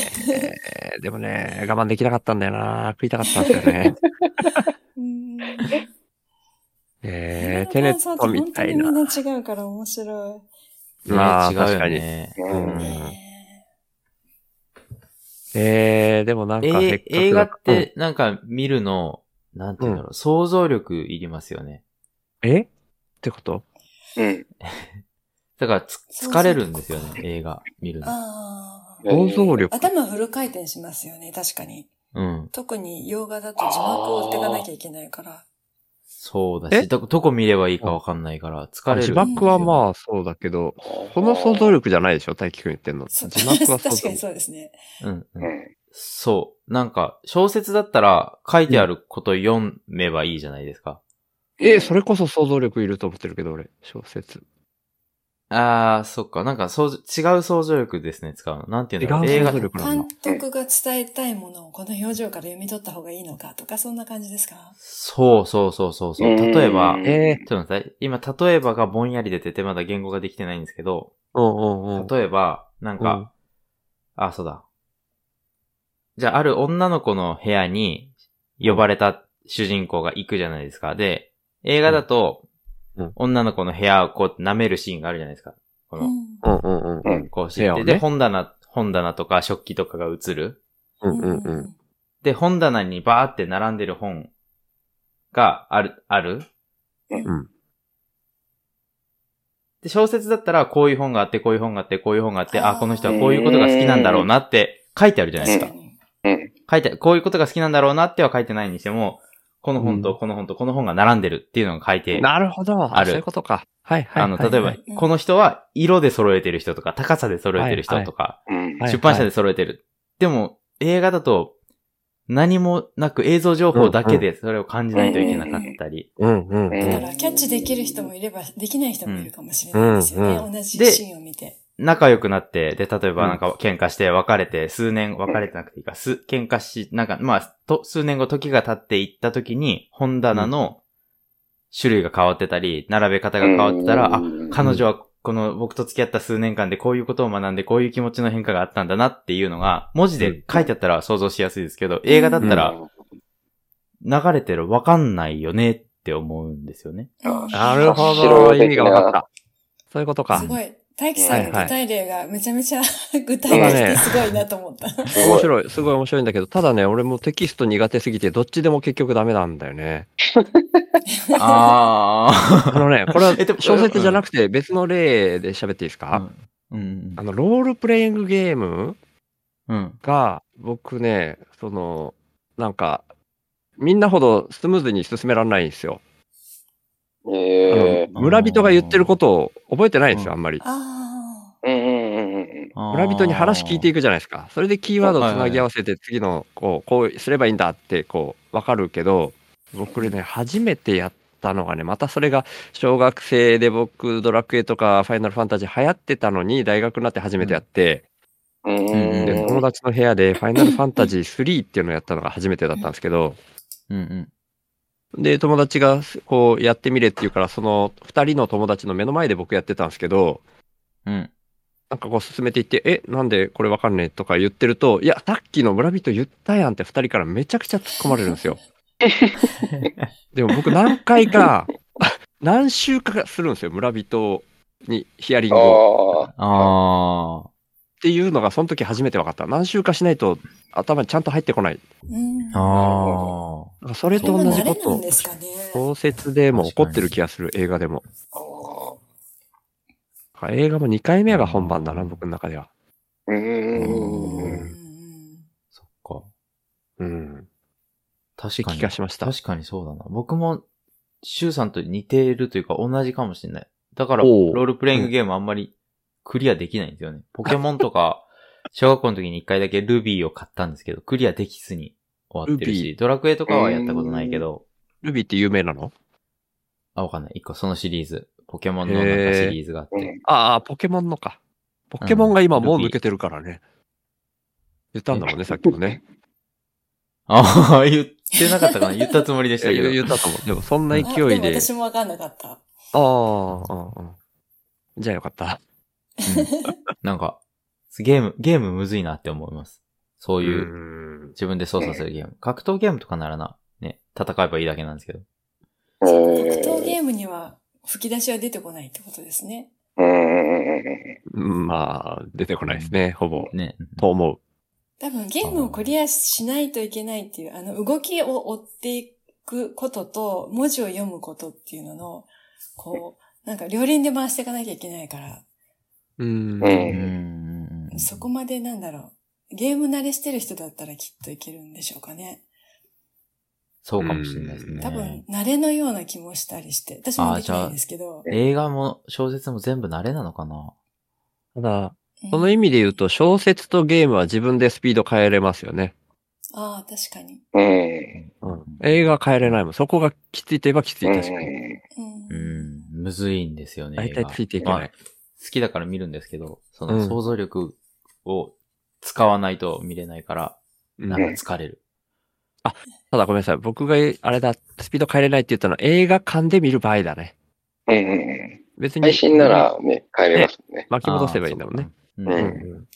S2: え、でもね、我慢できなかったんだよな。食いたかったんですよね。
S4: うん
S2: えー、テネットみたいな。
S4: 本当にみんな違うから面白
S3: ね
S2: まあ
S3: 違うよ
S2: 確かに
S3: ね。
S5: う
S2: うん
S4: い。
S2: ん
S4: ね
S2: えー、でもなんかせっか
S3: え
S2: くだ
S3: 映画って、なんか見るの、なんていうんだろう、想像力いりますよね。
S2: うんえってこと
S5: うん。
S3: だからつ
S4: そうそう
S3: 疲れるんですよね、映画見るの。
S4: ああ。
S2: 想像力。
S4: 頭フル回転しますよね、確かに。
S3: うん。
S4: 特に洋画だと字幕を追っていかなきゃいけないから。
S3: そうだ
S2: え
S3: し、ど、どこ見ればいいかわかんないから、疲れる。
S2: 字幕は
S3: あ、
S2: まあそうだけど、この想像力じゃないでしょ大輝くん言ってんの。字
S4: そう
S2: 幕は想
S4: [LAUGHS] 確か
S2: 像
S4: に
S2: 力。
S4: そうですね。
S3: うん、う。
S5: うんん。
S3: そう。なんか、小説だったら、書いてあること読めばいいじゃないですか。
S2: えー、それこそ想像力いると思ってるけど、俺、小説。
S3: あー、そっか。なんか、そう、違う想像力ですね、使うの。なんていうんだろう。
S2: 違う
S3: 映
S2: 想
S3: 画
S2: 像力なんだ
S4: 監。督が伝えたいものをこの表情から読み取った方がいいのかとか、そんな感じですか
S3: そうそうそうそうそう。例えば
S5: う、ん
S2: え
S3: ちょっと待って、今、例えばがぼんやり出てて、まだ言語ができてないんですけど、
S2: ー、うんうんうん。
S3: 例えば、なんか、あ、そうだ。じゃあ、ある女の子の部屋に呼ばれた主人公が行くじゃないですか。で、映画だと、
S2: うんうん
S3: 女の子の部屋をこう舐めるシーンがあるじゃないですか。こ
S4: う
S3: の、
S4: ん。
S2: うんうんうんうん。
S3: こう知っ
S2: 部屋を
S3: て、
S2: ね
S3: で、本棚、本棚とか食器とかが映る。
S2: うんうんうん。
S3: で、本棚にバーって並んでる本がある、ある。
S2: うん。
S3: で、小説だったら、こういう本があって、こういう本があって、こういう本があって、
S4: あ
S3: あ、
S4: ー
S3: この人はこういうことが好きなんだろうなって書いてあるじゃないです
S4: 確
S3: か
S4: か。に。
S5: うん。
S3: 書いて、こういうことが好きなんだろうなっては書いてないにしても、この本
S2: う
S3: とこの本とこの本が並んでるっていうのが書いて、
S2: なるほど。あ
S3: ある
S2: そういうことか。はいはい。
S3: あの、例えば、この人は色で揃えてる人とか、高さで揃えてる人とか、
S5: うん。
S2: はい
S3: 出版社で揃えてる。でも、映画だと、何もなく映像情報だけでそれを感じないといけなかったり。
S2: うんうん
S5: う
S4: だか
S5: ん
S4: ら、キャッチできる人もいれば、できない人もいるかもしれないですよ
S2: うんう
S4: ね。同じシーンを見て。
S3: 仲良くなって、で、例えばなんか喧嘩して別れて、数年別れてなくていいか、す、喧嘩し、なんか、まあ、と、数年後時が経っていった時に、本棚の種類が変わってたり、並べ方が変わってたら、あ、彼女はこの僕と付き合った数年間でこういうことを学んで、こういう気持ちの変化があったんだなっていうのが、文字で書いてあったら想像しやすいですけど、映画だったら、流れてるわかんないよねって思うんです
S2: [LAUGHS]
S3: よね。
S5: うん
S4: うん
S2: なるほど。
S5: 白い
S2: 意味が分かった。そういうことか
S4: す。ごい。大輝さんの具体例がめちゃめちゃ具体
S2: そうだ
S4: 的
S2: ね
S4: ですごいなと思った。
S5: す
S2: 面
S5: ごい。
S2: 白い。すごい面白いんだけど、ただね、俺もテキスト苦手すぎて、どっちでも結局ダメなんだよね。
S3: あ
S2: あのね、 [LAUGHS] これは
S3: えでも
S2: 小説じゃなくて別の例で喋っていいですか、
S3: うん
S2: あの、ロールプレイングゲーム
S3: うん。
S2: が、僕ね、その、なんか、みんなほどスムーズに進められないんですよ。あ
S5: ええ
S2: の村人が言ってることを覚えてないんですよ、
S3: う
S2: あ
S3: ん
S2: んまり。
S4: ああ。
S5: うんうんうんうん
S2: 村人に話聞いてい
S3: く。
S2: くじゃないですか。それでキーワードをつ
S3: は
S2: ない
S3: は
S2: ぎ
S3: い
S2: 合わせて次のこう、こうすればいいんだってこう分かるけど、僕ね、初めてやったのがね、またそれが小学生で僕、ドラクエとかファイナルファンタジー流行ってたのに、大学になって初めてやって、
S5: うん。う
S2: で
S5: ん
S2: 友達の部屋でファイナルファンタジー3っていうのをやったのが初めてだったんですけど、
S3: うんうん。
S2: で、友達がこうやってみれっていうから、その2人の友達の目の前で僕やってたんですけど、
S3: うん。
S2: なんかこう進めていって、え、なんでこれわかんねえとか言ってると、いや、さっきの村人言ったやんって二人からめちゃくちゃ突っ込まれるんですよ。でも僕何回か、 [LAUGHS] 何週かするんですよ、村人にヒアリングを。
S5: あ
S3: あ
S2: っていうのがその時初めて分かった。何週かしないと頭にちゃんと入ってこない。
S4: うん。
S3: あ。ああ。
S2: なんかそれ
S4: ことれ
S2: 同
S4: も
S2: じ
S4: 慣
S2: こ
S4: れな
S2: と
S4: んで。すかね。
S2: 小説でも起こってる気がする、映画でも。
S5: あ。
S2: なんか映画も2回目が本番だな、僕の中では。
S5: う
S4: うん
S5: ん。
S3: そっか。
S2: うん。
S3: 確
S2: 気
S3: かに
S2: が。しました。
S3: 確かにそうだな。僕も、シュウさんと似ているというか同じかもしれない。だから、
S2: お
S3: ロ
S2: う
S3: ールプレイングゲームあんまりクリアできないんですよね。ポケモン
S2: [LAUGHS]
S3: とか、小学校の時に一回だけルビーを買ったんですけど、クリアできずに終わってる
S2: ルビ
S3: し、
S2: ー
S3: ドラクエとかはやったことないけど、
S2: ルビーって有名なの
S3: あ、わかんない。一個そのシリーズ、ポケモンのなんかシリーズがあっ
S5: う
S3: て、
S5: ん
S2: ああ、ポケモンのか。ポケモンが今もう
S3: ルビー
S2: 抜けてるからね。言ったんだもんね、さっきも [LAUGHS] ね。
S3: ああ、言ってなかったかな言ったつもりでしたけど。
S2: 言ったと思う。でもそんな勢
S4: あ
S2: い
S4: で
S2: で
S4: も。私もわかんなかった。
S2: ああ、ああ。じゃあよかった。
S3: なんか、ゲーム、ゲームむずいなって思います。そう
S2: う
S3: いう、
S2: ん。
S3: 自分で操作するゲーム。格闘ゲームとかならな、ね、戦えばいいだけなんですけど。
S4: 格
S5: うん
S4: 闘ゲームには吹き出しは出てこないってことですね。
S5: うん
S2: まあ、出てこないですね、ほぼ。
S3: ね。
S2: と思う。
S4: 多分ゲームをクリアしないといけないっていう、あの、動きを追っていくことと、文字を読むことっていうのの、こう、なんか両輪で回していかなきゃいけないから、
S2: うん。
S5: うん
S3: うん。
S4: そこまでなんだろう。ゲーム慣れしてる人だったらきっといけるんでしょうかね。
S3: そうかもしれないですね。
S4: 多分、慣れのような気もしたりして。私もできないんですけど。
S3: 映画も小説も全部慣れなのかな
S2: ただ、
S4: うん
S2: その意味で言うと、小説とゲームは自分でスピード変えれますよね。
S4: ああ、確かに。
S5: うん
S2: うん。映画は変えれないもん。そこがきついてればきつい。確かに。
S4: うん。
S3: うん。むずいんですよね。
S2: 大
S3: 映
S2: 体
S3: 画
S2: ついていけな
S3: まあ
S2: い。
S3: 好きだから見るんですけど、そうの
S2: ん
S3: 想像力を使わないと見れないから、
S2: うん
S3: なんか疲れる。
S2: ただごめんなさい。僕が、あれだ、スピード変えれないって言ったのは映画館で見る場合だね。
S5: うんうん
S2: 別に。
S5: 配信ならね、帰れますもんね。
S2: 巻き戻せばいいんだもんね。
S3: あー。
S5: う
S3: そ
S5: か
S3: うう
S5: う
S3: ん
S5: ん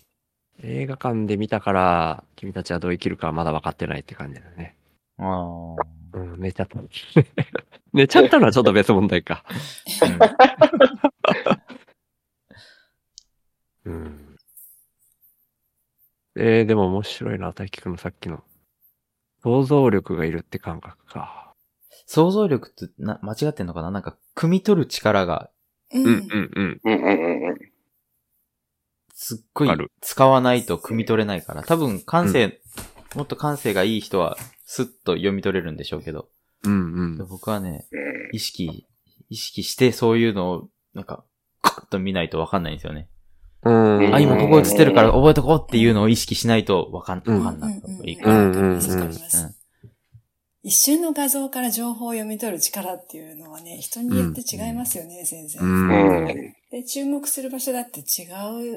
S2: 映画館で見たから、君たちはどう生きるかはまだ分かってないって感じだね。
S3: あ
S2: うん、寝ちゃった。 [LAUGHS] 寝ちゃったのはちょっと別問題か。
S4: [LAUGHS]
S3: ー
S2: うん。えー、でも面白いな、大輝くんのさっきの。想像力がいるって感覚か。
S3: 想像力ってな間違ってんのかななんか、汲み取る力が
S4: うん。
S2: んうん。
S5: うんうんうん
S3: すっごい
S2: ある
S3: 使わないと汲み取れないから。多分感性、もっと感性がいい人はスッと読み取れるんでしょうけど。
S2: うんうん。
S3: 僕はね、
S5: うん
S3: 意識、意識してそういうのを、なんか、カッと見ないとわかんないんですよね。
S2: うん。
S3: あ、今ここ映ってるから
S5: うん
S3: 覚えとこうっていうのを意識しないとわかん、
S2: うん
S3: わかんな
S4: うんうん
S3: い。
S2: う
S3: うん
S2: んうん
S4: わかりま
S3: う
S4: す
S3: ん。
S4: 一瞬の画像から情報を読み取る力っていうのはね、人によって違いますよね、全然、
S2: うん。
S4: で、注目する場所だって違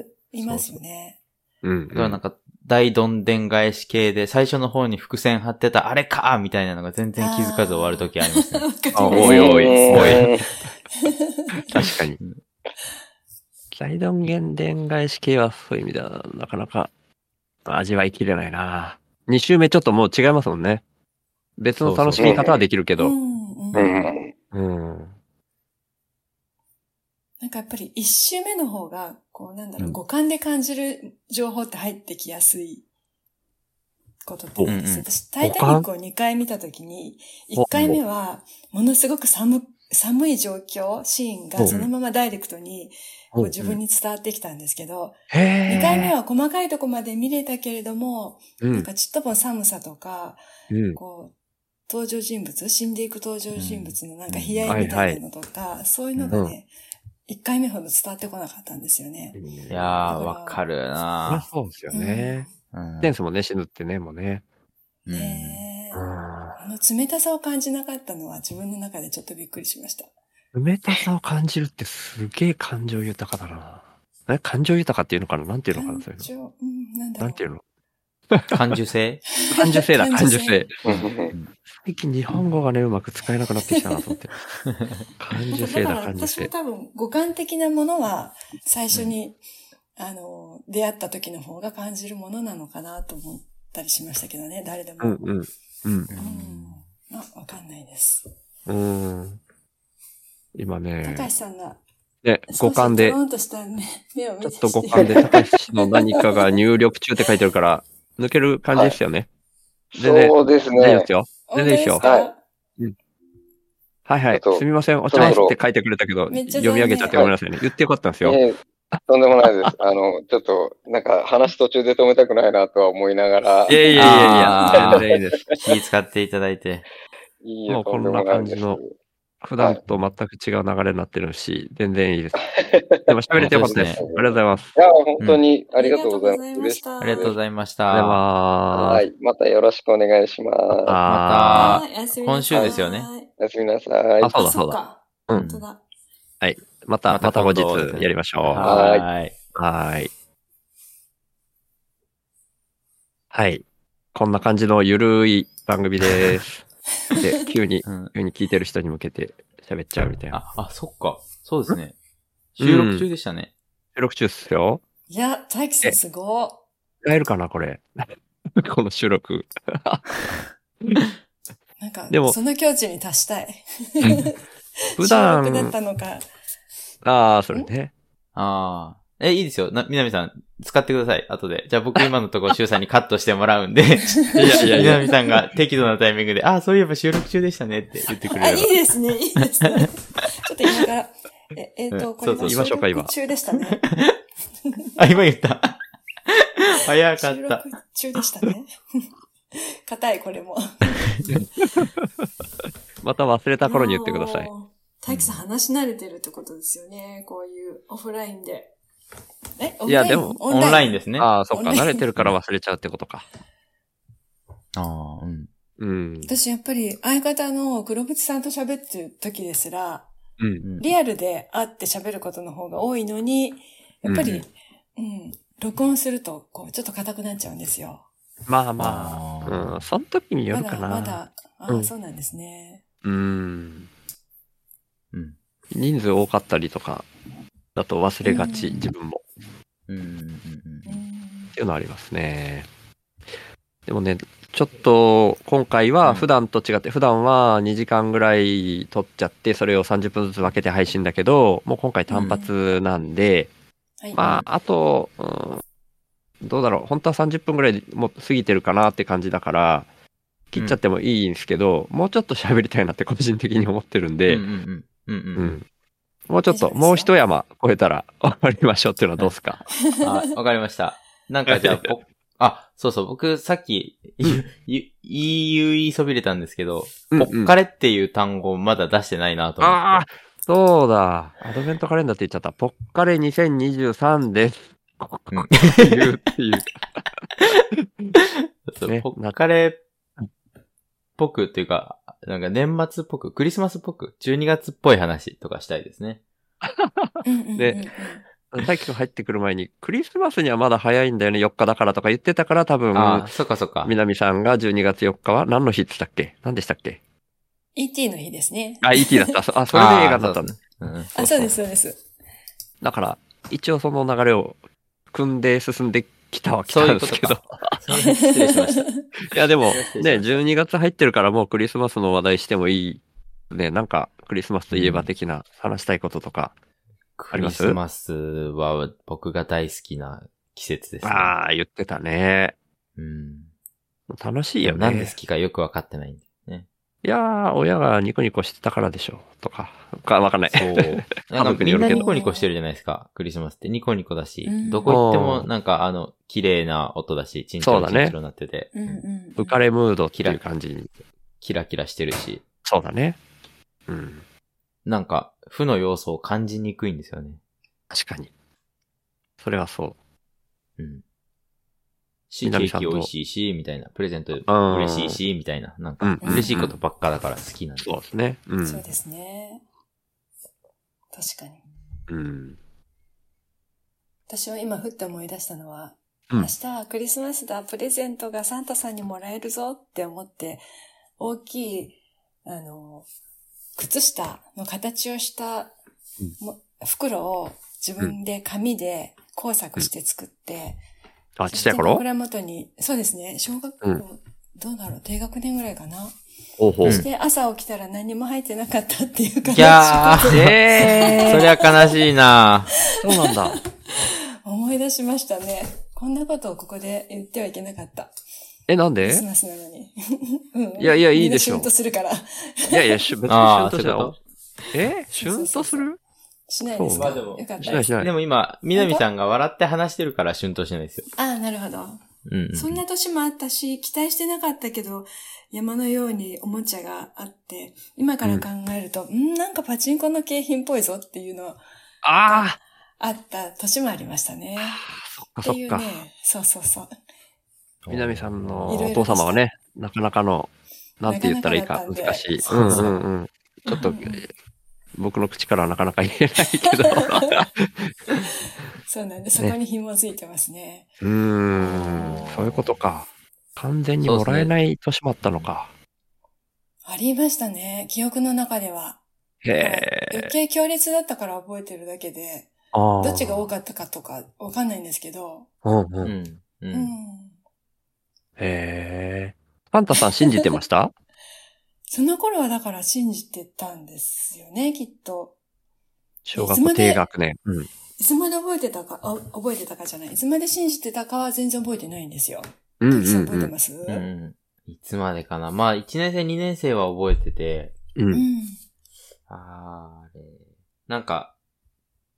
S4: う、いますよね。
S2: うん。
S3: だからなんか、大どんでん返し系で最初の方に伏線貼ってたあれかーみたいなのが全然気づかず終わるときありますね。
S4: わかり
S2: あ
S4: ます
S2: おいおい
S5: うん
S2: 確かに。大ドン限伝返し系はそういう意味ではなかなか味わいきれないな。2周目ちょっともう違いますもんね。別の楽しみ方はできるけ
S4: う
S2: ど。
S4: んうん
S5: う
S4: なん
S5: ん
S2: うん。
S4: かやっぱり一周目の方が、こうなんだろ
S3: う
S4: う、
S3: ん
S4: 五感で感じる情報って入ってきやすいことってあるんです
S3: うんうん
S4: 私、タイタニックを2回見たときに、1回目は、ものすごく寒、寒い状況、シーンがそのままダイレクトに、こう自分に伝わってきたんですけど、
S2: へえ。
S4: 2回目は細かいとこまで見れたけれども、
S2: う
S4: なん
S2: ん。
S4: かちっとも寒さとか、
S2: うん。
S4: こう、登場人物、死んでいく登場人物のなんか悲哀みたいなのとか、そういうのがね、1回目ほど伝わってこなかったんですよね。
S2: い
S3: [LAUGHS] いやー、わかる
S2: そりゃ
S3: な
S2: そうですよね。
S3: ーうん
S2: テンスもね、死ぬってね、もうね。
S3: うん
S4: ねえ
S2: う
S4: あの冷たさを感じなかったのは自分の中でちょっとびっくりしました。
S2: ん。冷たさを感じるってすげえ感情豊かだな。え感情豊かっていうのかななんていうのかなそうい
S4: 感
S2: うの。
S4: 情、うん、なんだ
S2: な
S4: ろう。
S2: んていうの
S3: 感受性
S2: 感受性だ、感
S4: 感
S2: 受
S4: 受性
S2: 性。
S5: うん
S2: 最近日本語がね、うまく使えなくなってきたなと思っ
S4: [LAUGHS]
S2: て。感受性
S4: だか
S2: だ、
S4: ら
S2: 感受
S4: 私も
S2: 性。
S4: 多分五感的なものは最初に、あの、出会った時の方が感じるものなのかなと思ったりしましたけどね、誰でも。
S2: うんうん。うん
S4: うんまあ、わかんないです。。
S2: うん今
S4: 高橋
S2: ね、
S4: さんが、
S2: ね、五感で、
S4: ち
S2: ち
S4: ょっとしたね、目を
S2: ょ
S4: 見
S2: ってと五感で
S4: [LAUGHS]
S2: 高橋の何かが入力中って書いてるから、抜ける感じですよね。全然
S5: そうです
S2: いい
S5: ね
S2: で。すよ。
S4: 本当
S2: 出て
S4: で
S2: き
S4: す
S2: たよ
S4: か、
S5: は
S2: はいは
S5: え
S2: い
S5: っと。
S2: すみません、お
S5: そ
S2: 茶
S5: ろ
S2: っ
S5: そろ
S2: て書いてくれたけど、
S4: めっちゃ残念
S2: 読み上げちゃってごめんなさいね。言ってよかったんですよ。
S5: ええとんでもないです。あの、ちょっと、なんか話途中で止めたくないなとは思いながら
S2: い、やいやいやいや
S3: あ、ー
S2: 全然いいです。
S3: 気使っていただいて。
S5: いいえ
S2: もう
S5: と
S2: こんな
S5: んでもないで
S2: 感
S5: す。
S2: じの普段と全く違う流れになってるし、全然いい [LAUGHS] です。でも喋れてよかったです。
S3: そう
S5: ですね
S2: ありがとうございます。
S5: いや、本当にありがとうございます。
S4: ありがとうございま
S5: 嬉
S4: し
S5: したい
S3: ありがとうございまし
S2: ありがとうござい
S3: た。
S5: は
S2: ます。
S5: い。またよろしくお願いします。
S2: あ
S3: あ
S4: はい休みなさい
S3: 今週ですよね
S5: おやすみなさい
S2: あ。そうだ
S4: あ
S2: そうだ
S4: か
S2: ーう
S4: 本
S2: ん
S4: 当だ。
S2: また、ま
S3: また
S2: た後
S3: 今
S2: 日
S3: 度
S2: やりましょう。は
S5: はい
S3: はい。
S2: い。はい。こんな感じのゆるい番組です。
S4: [LAUGHS]
S2: で、急に、
S3: うん
S2: 急に聞いてる人に向けて喋っちゃうみたいな。
S3: あ、あ、そっか。そうですね。
S2: うん
S3: 収録中でしたね。
S2: 収録中っすよ。
S4: いや、大輝さんすご
S2: 使えるかな、これ。 [LAUGHS] この収録。
S4: い。なんか
S2: でも、
S4: その境地に達したい。
S2: 普
S4: 収録だっ
S2: 段、
S4: たのか。
S2: ああ、それね。
S3: ああ。え、いいですよ。な、みなみさん、使ってください。後で。じゃあ僕今のところ、しゅうさんにカットしてもら [LAUGHS] うんで。い
S2: やいやいや
S3: みなみさん [LAUGHS] が適度なタイミングで、ああ、そういえば収録中でしたね [LAUGHS] って言ってく
S4: あ、
S3: れ
S4: い
S3: れ
S4: いですね、いいで
S2: [LAUGHS]
S4: すね。ちょっと今から、え、えっ、と、
S3: うん
S4: これ
S3: そうそう
S4: が
S2: 言いましょうか今
S4: 中でし
S2: [LAUGHS]
S4: たね。
S3: ば。あ、今言った。 [LAUGHS] 早かっ
S4: 収
S3: た
S4: 録。中でしたね。 [LAUGHS] 硬い、これも。
S2: また忘れた頃に言ってください
S4: や。ー。大輝さん話し慣れてるってことですよね。こういうオフラインで。えオフラ
S2: いや
S4: イン
S2: でも
S3: オンライン
S4: で。
S3: ですね。あ
S2: ああ、そっか。
S4: オンライン
S2: 慣れてるから忘れちゃうってことか。
S3: あー、うん。
S4: [LAUGHS]
S2: うん。
S4: 私、やっぱり、相方の黒渕さんと喋ってる時ですら、
S2: うん。
S3: うん
S4: リアルで会って喋ることの方が多いのに、やっぱり、うん、録音すると、こう、ちょっと硬くなっちゃうんですよ。
S2: まあまあ。うん。その時によ
S4: ま
S2: るか
S4: だ、
S2: な。
S4: まだ、ああ、
S2: うん
S4: そうなんですね。
S2: うん。
S3: うん。
S2: 人数多かったりとか、だと忘れがち、
S4: うん
S2: 自分も。
S3: うん。うんうんうん
S4: う
S3: うん
S4: ん
S2: っ。ていうのはありますね。でもね、ちょっと今回は普段と違って、普段は2時間ぐらい撮っちゃって、それを30分ずつ分けて配信だけど、もう今回単発なんで、
S4: はい。
S2: まあ、あと、うん、どうだろう、本当は30分ぐらいもう過ぎてるかなって感じだから、切っちゃってもいいんですけど、もうちょっと喋りたいなって個人的に思ってるんで、
S3: うんうんうんうん
S2: う
S3: うん
S2: ん。もうちょっと、もう一山超えたら終わりましょうっていうのはどうですか
S3: うん。あ、わかりました。なんかじゃあ、ぼあ、そうそう、僕さっき、ゆ、ゆ、言い、言いそびれたんですけど、
S2: うんうん
S3: ぽっかれっていう単語をまだ出してないなと思って。
S2: ああそうだ。アドベントカレンダーって言っちゃった。ポッカレ2023です。ここっていうっていう。
S3: そう
S2: ね
S3: ぽっかれっぽくっていうか、なんか年末っぽく、クリスマスっぽく、12月っぽい話とかしたいですね。
S4: うんうんうんうん、
S2: でさっき入ってくる前に、クリスマスにはまだ早いんだよね、4日だからとか言ってたから多分、
S3: ああ、そっかそっか。
S2: 南さんが12月4日は何の日って言ったっけ何でしたっけ
S4: ET の日ですね。
S2: あ、ET だった。そあ、それで映画だったんだ。
S3: あー。そうですね
S4: あ、そうです、そうです。
S2: だから、一応その流れを組んで進んできたは来た
S3: そうい
S2: ん
S3: う
S2: で
S3: こ
S2: す
S3: と
S2: けど
S3: か。。 [LAUGHS] それ失礼し
S4: [LAUGHS]
S3: ました。
S2: いやでも、ね、
S3: 失礼しまし
S2: 12月入ってるからもうクリスマスの話題してもいい。ね、なんか、クリスマスといえば的な話したいこととか。
S3: クリスマスは僕が大好きな季節ですね。
S2: ああ、言ってたね。
S3: うん。
S2: 楽しいよね。
S3: 何ですきかよくわかってないんで。ね。
S2: いやー、親がニコニコしてたからでしょ。とか、かわかんない。 [LAUGHS]
S3: そう。
S2: 家
S3: な
S2: 族
S3: んか
S2: に
S3: み
S2: よ
S3: ん
S2: る
S3: な
S2: けど
S3: ニコニコしてるじゃないですか。クリスマスってニコニコだし
S4: うん、
S3: どこ行ってもなんかあの、綺麗な音だし、チンチ
S2: そ
S3: ロ
S2: うだ
S3: チ
S2: ね
S3: ンチロになってて、
S4: うんうん。
S2: 浮かれムードっていう感じに。
S3: キラキラしてるし、
S2: そうだね。うん。
S3: なんか、負の要素を感じにくいんですよね。
S2: 確かに。それはそう。
S3: うん。し、ケ
S2: 南さ
S3: ー
S2: ん
S3: キ
S2: と
S3: 美味しいし、みたいな。プレゼント
S2: ん
S3: 嬉しいし、みたいな。なん
S2: う
S3: か
S2: ん、
S3: 嬉しいことばっかだから好きなんです。
S2: そうですね。う。
S4: そうんですね。確かに。
S2: うん。
S4: 私は今ふっと思い出したのは、
S2: うん
S4: 明日はクリスマスだ、プレゼントがサンタさんにもらえるぞって思って、大きい、あの、靴下の形をしたも袋を自分で紙で工作して作って、
S2: あ、ちっちゃい
S4: そして
S2: 頃
S4: 枕元に、そうですね、小学校、
S2: う
S4: どうだろう、低学年ぐらいかな。
S2: ほうほう
S3: うん
S4: そして朝起きたら何も入ってなかったっていう感
S3: い
S4: じ。
S3: やー、 [LAUGHS]
S2: え
S3: そりゃ悲しいな
S2: ー、そうなんだ。
S4: 思い出しましたね。こんなことをここで言ってはいけなかった。
S2: え、なん
S4: クリ
S2: で
S4: スマスなの
S2: [LAUGHS]
S4: に。うん
S2: いやいやいいでしょ
S4: みんな仕事するから。
S2: いやいや、しゅ別に
S3: あ
S2: 旬
S3: ー
S2: とし
S3: そういうこ
S2: ない。え旬とする
S4: しないですか
S3: そう
S4: よかっ
S2: したな
S4: で
S2: いし
S4: す。
S2: な
S3: ー。
S2: い。
S3: でも今、みなみさんが笑って話してるから、シュンとしてないですよ。
S4: ああ、なるほど。
S3: うんうん。
S4: そんな年もあったし、期待してなかったけど、山のようにおもちゃがあって、今から考えると、うん、なんかパチンコの景品っぽいぞっていうの
S2: あ
S4: あった年もありましたね。
S2: あ
S4: って
S2: そ
S4: い
S2: っ
S4: う
S2: か。
S4: ね、そうそうそう。
S2: 南さんの
S4: いろい
S2: お
S4: ろ
S2: 父様はね、なかなかの、なんて言ったらいいか
S4: なかなかだ
S2: 難
S4: ったん
S2: し
S4: で
S2: い。うんうんうん。ちょっと、僕の口からはなかなか言えないけど。
S4: [LAUGHS] そうなんで、そこに紐づいてますね。
S2: うーん、そういうことか。完全にもらえない年もあったのか。
S4: ありましたね、記憶の中では。
S2: へ
S4: 余
S2: え。
S4: 計強烈だったから覚えてるだけで、
S2: ああ。
S4: どっちが多かったかとかわかんないんですけど、
S2: うん
S3: う
S2: うん。へ
S3: ん。う。
S4: うんん。
S2: え。パンタさん信じてました
S4: [LAUGHS] その頃はだから信じてたんですよね、きっと。
S2: 小学校低学年。うん。
S4: いつまで覚えてたか、あ覚えてたかじゃない。いつまで信じてたかは全然覚えてないんですよ。
S2: うん
S4: たくさん
S2: う
S4: 覚えて
S2: ん
S4: ますう
S3: うん
S4: ん。
S3: うん。いつまでかな。まあ、1年生、2年生は覚えてて、
S2: うん。うん。
S3: あーあれ。なんか、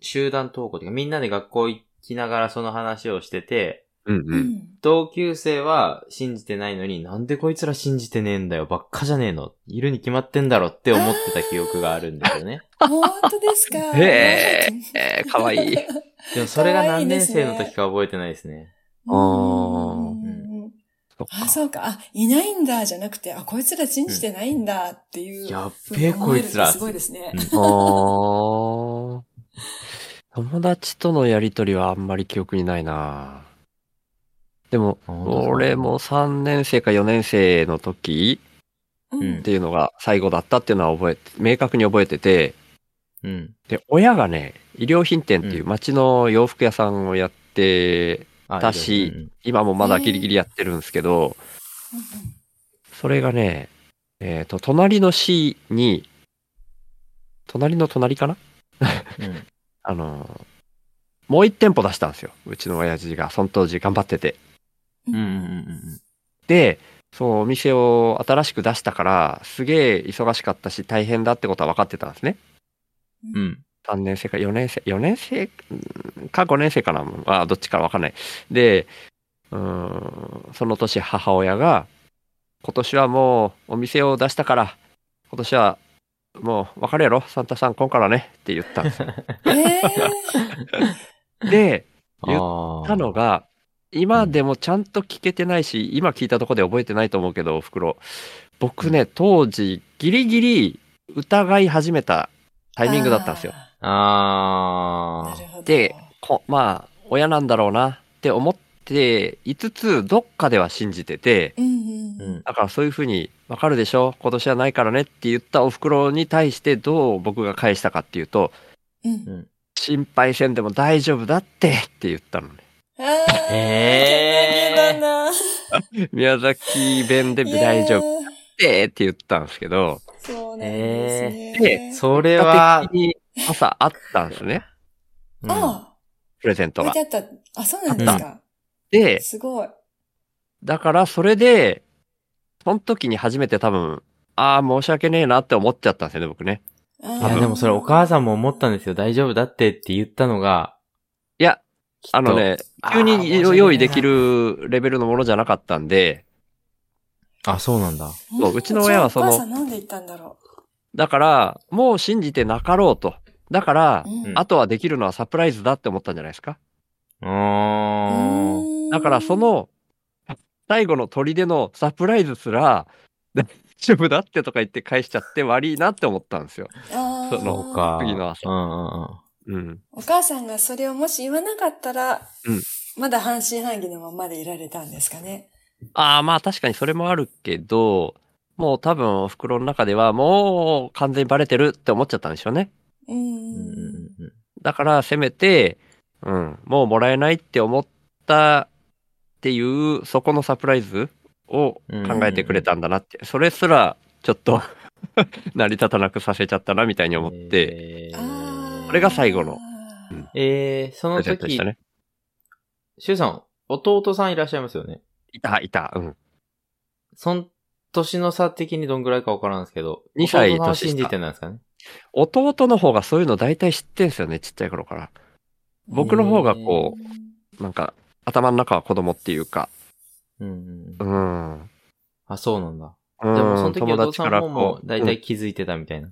S3: 集団登校というか、みんなで学校行きながらその話をしてて、
S2: うん
S4: う
S2: うん。
S4: ん。
S3: 同級生は信じてないのに、なんでこいつら信じてねえんだよ、ばっかじゃねえの。いるに決まってんだろって思ってた記憶があるんですよ
S4: [LAUGHS]
S3: ね。
S4: 本当ですか
S2: へ
S4: [LAUGHS]
S2: えー、かわいい。
S3: でもそれが
S4: 可愛い
S3: 何
S4: で
S3: 年
S4: すね
S3: 生の時か覚えてないですね。
S4: うん
S3: ー
S2: そっ
S4: あ、
S2: か。
S4: そうか。あ、いないんだ、じゃなくて、あ、こいつら信じてないんだっていう。
S3: やっべえ、こいつら
S4: す。ごいですね
S3: うん。
S2: あー友達とのやりとりはあんまり記憶にないなでも、俺も3年生か4年生の時
S4: うん
S3: うん
S2: っていうのが最後だったっていうのは覚えて、明確に覚えてて、
S3: うん。
S2: で、親がね、衣料品店っていうう町の洋服屋さんをやって、
S3: あ
S2: だし
S3: いる
S2: 今もまだギリギリやってるんですけど、
S4: うん
S2: それがね、えっ、と、隣の市に、隣の隣かな
S3: うん
S2: あの、もう一店舗出したんですよ。うちの親父が、その当時頑張ってて。
S4: うん
S3: うんうん
S4: うん
S3: うん
S2: で、そう、お店を新しく出したから、すげえ忙しかったし、大変だってことは分かってたんですね。
S3: うん。うん。
S2: 3年生か4年生、4年生うんか5年生かな、あどっちか分かんない。で、うーん、その年母親が、今年はもうお店を出したから、今年はもう分かるやろ、サンタさん来んからねって言ったんですよ。
S4: え
S2: で、言っ
S3: あ
S2: たのが、今でもちゃんと聞けてないし、今聞いたとこで覚えてないと思うけど、おふくろ。僕ね、当時、ギリギリ疑い始めたタ
S4: タ
S2: イミングだったんですよ。。
S4: あー
S3: あ
S4: なるほど。
S2: でこまあ、親なんだろうなって思っていつつ、どっかでは信じてて、
S4: うん
S3: ー。
S4: う
S3: うんん。
S2: だからそういうふうに、わかるでしょ今年はないからねって言ったおふくろに対して、どう僕が返したかっていうと、
S4: うん。
S2: 心配せんでも大丈夫だってって言ったのね。
S4: あー
S3: へー
S4: けなげだな。
S2: 宮崎弁で大丈夫
S4: いやー
S2: ってって言ったんですけど、
S4: そうなんですね。
S2: えーで
S3: それ
S2: 結
S3: は
S2: 果、的に朝あったんです
S3: [LAUGHS]
S2: ね、
S3: うん
S4: あ
S2: プレゼン
S4: あ、
S2: ト
S4: 置い
S2: が
S4: て。あった。あ、そうなんですか。
S2: で、
S4: すごい。
S2: だからそれで、その時に初めて多分、ああ、申し訳ねえなって思っちゃったんですよね、僕ね。
S4: あ
S3: いや、
S4: ー
S3: でもそれお母さんも思ったんですよ。大丈夫だってって言ったのが。
S2: いや、
S3: きっと
S2: あのね、
S3: あー
S2: 急
S3: 申し
S2: に
S3: 訳ないな
S2: 用意できるレベルのものじゃなかったんで、
S3: あ、そうなんだ。
S2: そううちの親はその
S4: じゃあお母さんなんで言ったんだろ
S2: だから、もう信じてなかろうと。だから
S4: う。、うん
S2: あとはできるのはサプライズだって思ったんじゃないですか。
S3: うーん。
S4: ん
S2: だからそ、の、最後の砦のサプライズすら、 [LAUGHS] 大丈夫だってとか言って返しちゃって悪いなって思ったんですよ。
S4: あー
S2: そ
S3: そうか。
S2: 次の朝
S3: うんうんうん。
S2: うん。
S4: お母さんがそれをもし言わなかったら、
S2: うん
S4: まだ半信半疑のままでいられたんですかね。
S2: ああ、まあ確かにそれもあるけど、もう多分お袋の中ではもう完全にバレてるって思っちゃったんでしょうね。
S4: う
S3: うん
S4: ん
S3: うんうん
S2: だからせめて、うん、もうもらえないって思ったっていう、そこのサプライズを考えてくれたんだなって、それすらちょっと [LAUGHS] 成り立たなくさせちゃったなみたいに思って、
S3: えー
S4: あー
S2: これが最後の。
S3: えー、そ
S2: プ
S3: の
S2: レゼントでし
S3: 時
S2: た、ね。
S3: シュウさん、弟さんいらっしゃいますよね。
S2: いた、いた、うん。
S3: その年の差的にどんぐらいかわからんですけど。
S2: 二歳
S3: 弟さんは
S2: 年下
S3: 信じてないですかね。
S2: 弟の方がそういうの大体知ってんすよね、ちっちゃい頃から。僕の方がこう、なんか頭の中は子供っていうか、
S3: うんうん
S2: う。ん。うん。
S3: あ、そうなんだ。
S2: で
S3: でも、その時お
S2: 友
S3: 父
S2: 達
S3: さ
S2: か
S3: ん
S2: ら
S3: もも
S2: こ
S3: う、
S2: う、
S3: だいたい気づいてたみたいな。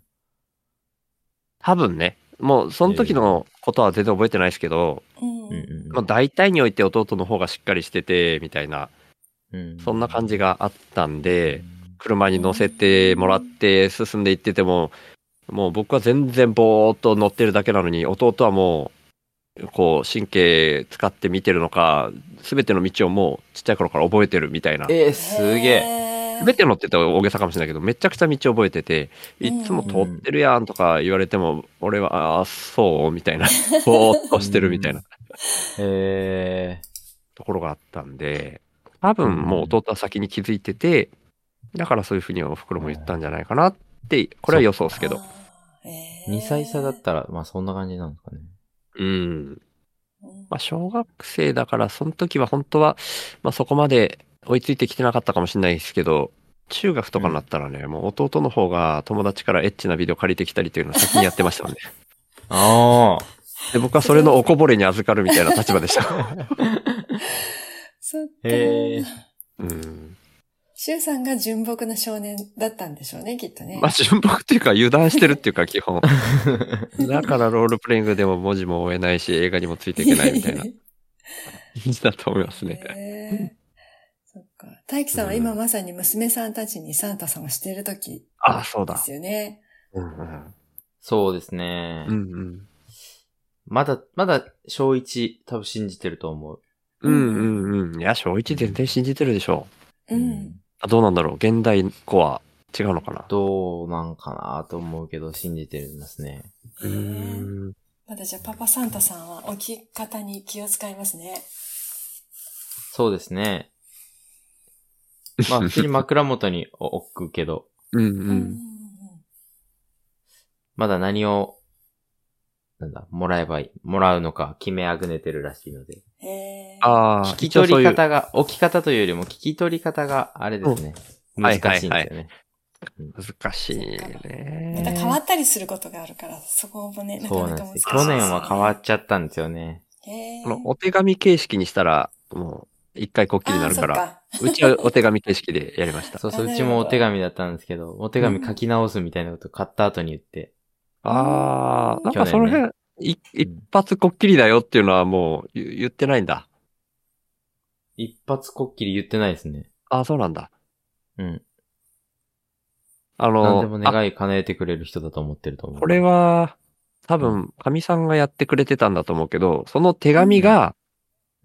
S2: 多分ね、もうその時のことは全然覚えてないですけど、
S4: うん。
S3: うん
S4: うん
S3: うん
S2: まあ、大体において弟の方がしっかりしてて、みたいな、
S3: うん。
S2: そんな感じがあったん
S3: う
S2: で、
S3: ん
S2: 車に乗せてもらって進んでいってても、もう僕は全然ぼーっと乗ってるだけなのに、弟はもう、こう、神経使って見てるのか、すべての道をもうちっちゃい頃から覚えてるみたいな。
S3: えー、すげえ。
S4: え
S2: すべてのって言ったら大げさかもしれないけど、めちゃくちゃ道覚えてて、いつも通ってるやんとか言われても、俺は、あそう、みた [LAUGHS] いな、ぼーっとしてるみたいな
S3: え
S2: ところがあったんで、多分もう弟は先に気づいてて、だからそういうふうにお袋も言ったんじゃないかなって、これは予想ですけど。。
S4: え
S3: ー、2歳差だったら、まあそんな感じなんですかね。
S2: うん。
S4: うん
S2: まあ、小学生だから、その時は本当は、まあそこまで追いついてきてなかったかもしれないですけど、中学とかになったらね、もう弟の方が友達からエッチなビデオ借りてきたりというのを先にやってましたもんね。
S3: ああ。
S2: で、僕はそれのおこぼれに預かるみたいな立場でした。
S4: そっか。
S3: へー
S2: うん。
S4: シュウさんが純朴な少年だったんでしょうね、きっとね。
S2: まあ、純朴っていうか、油断してるっていうか、基 [LAUGHS] 本。だから、ロールプレイングでも文字も追えないし、映画にもついていけないみたい [LAUGHS] な感じだと思い
S4: [LAUGHS]
S2: ますね。
S4: ね。そっか。大輝さんは今まさに娘さんたちにサンタさんをしてる時
S2: ああ、そう
S4: で
S2: だ。
S4: すよね。
S2: うんうん。
S3: そうですね。
S2: うん
S3: まだ、まだ、小1、多分信じてると思う。
S2: うん。うんうんうん。いや、小一全然信じてるでしょ
S4: う
S3: うんん。
S2: あどうなんだろう。現代子は違うのかな。
S3: どうなんかなと思うけど、信じてますね。
S2: うーん。
S4: まだじゃあパパサンタさんは起き方に気を使いますね。
S3: そうですね。まあ、普通に枕元に置くけど、
S2: うん
S4: う
S2: うんん。
S3: まだ何を、なんだ、もらえばいい、もらうのか、決めあぐねてるらしいので。
S4: へー
S2: ああ、
S3: 聞き取り
S2: 一応そういう
S3: 方が、置き方というよりも、聞き取り方が、あれですね。
S2: うん
S3: 難しいんですよね。
S2: はいはい難しいね。
S4: また変わったりすることがあるから、そこもね、な
S3: そ
S4: か
S3: う
S4: な
S3: な
S4: か
S3: ん
S4: 難
S3: で
S4: しい。
S3: すよ。去年は変わっちゃったんですよね。
S4: へー
S2: このお手紙形式にしたら、もう、一回こっきりになるから。うちはお手紙形式でやりました。
S3: そうそう、
S4: あ
S3: うちもお手紙だったんですけど、お手紙書き直すみたいなこと買った後に言って、
S2: ああ、なんかその
S3: 去年
S2: 辺、い一発こっきりだよっていうのはもう言言ってないんだ。
S3: 一発こっきり言ってないですね。
S2: ああ、そうなんだ。
S3: うん。
S2: あ
S3: 何で
S2: の
S3: も、
S2: あ
S3: 願い叶えてくれる人だと思ってると思う。
S2: これは、多分、神さんがやってくれてたんだと思うけど、その手紙が、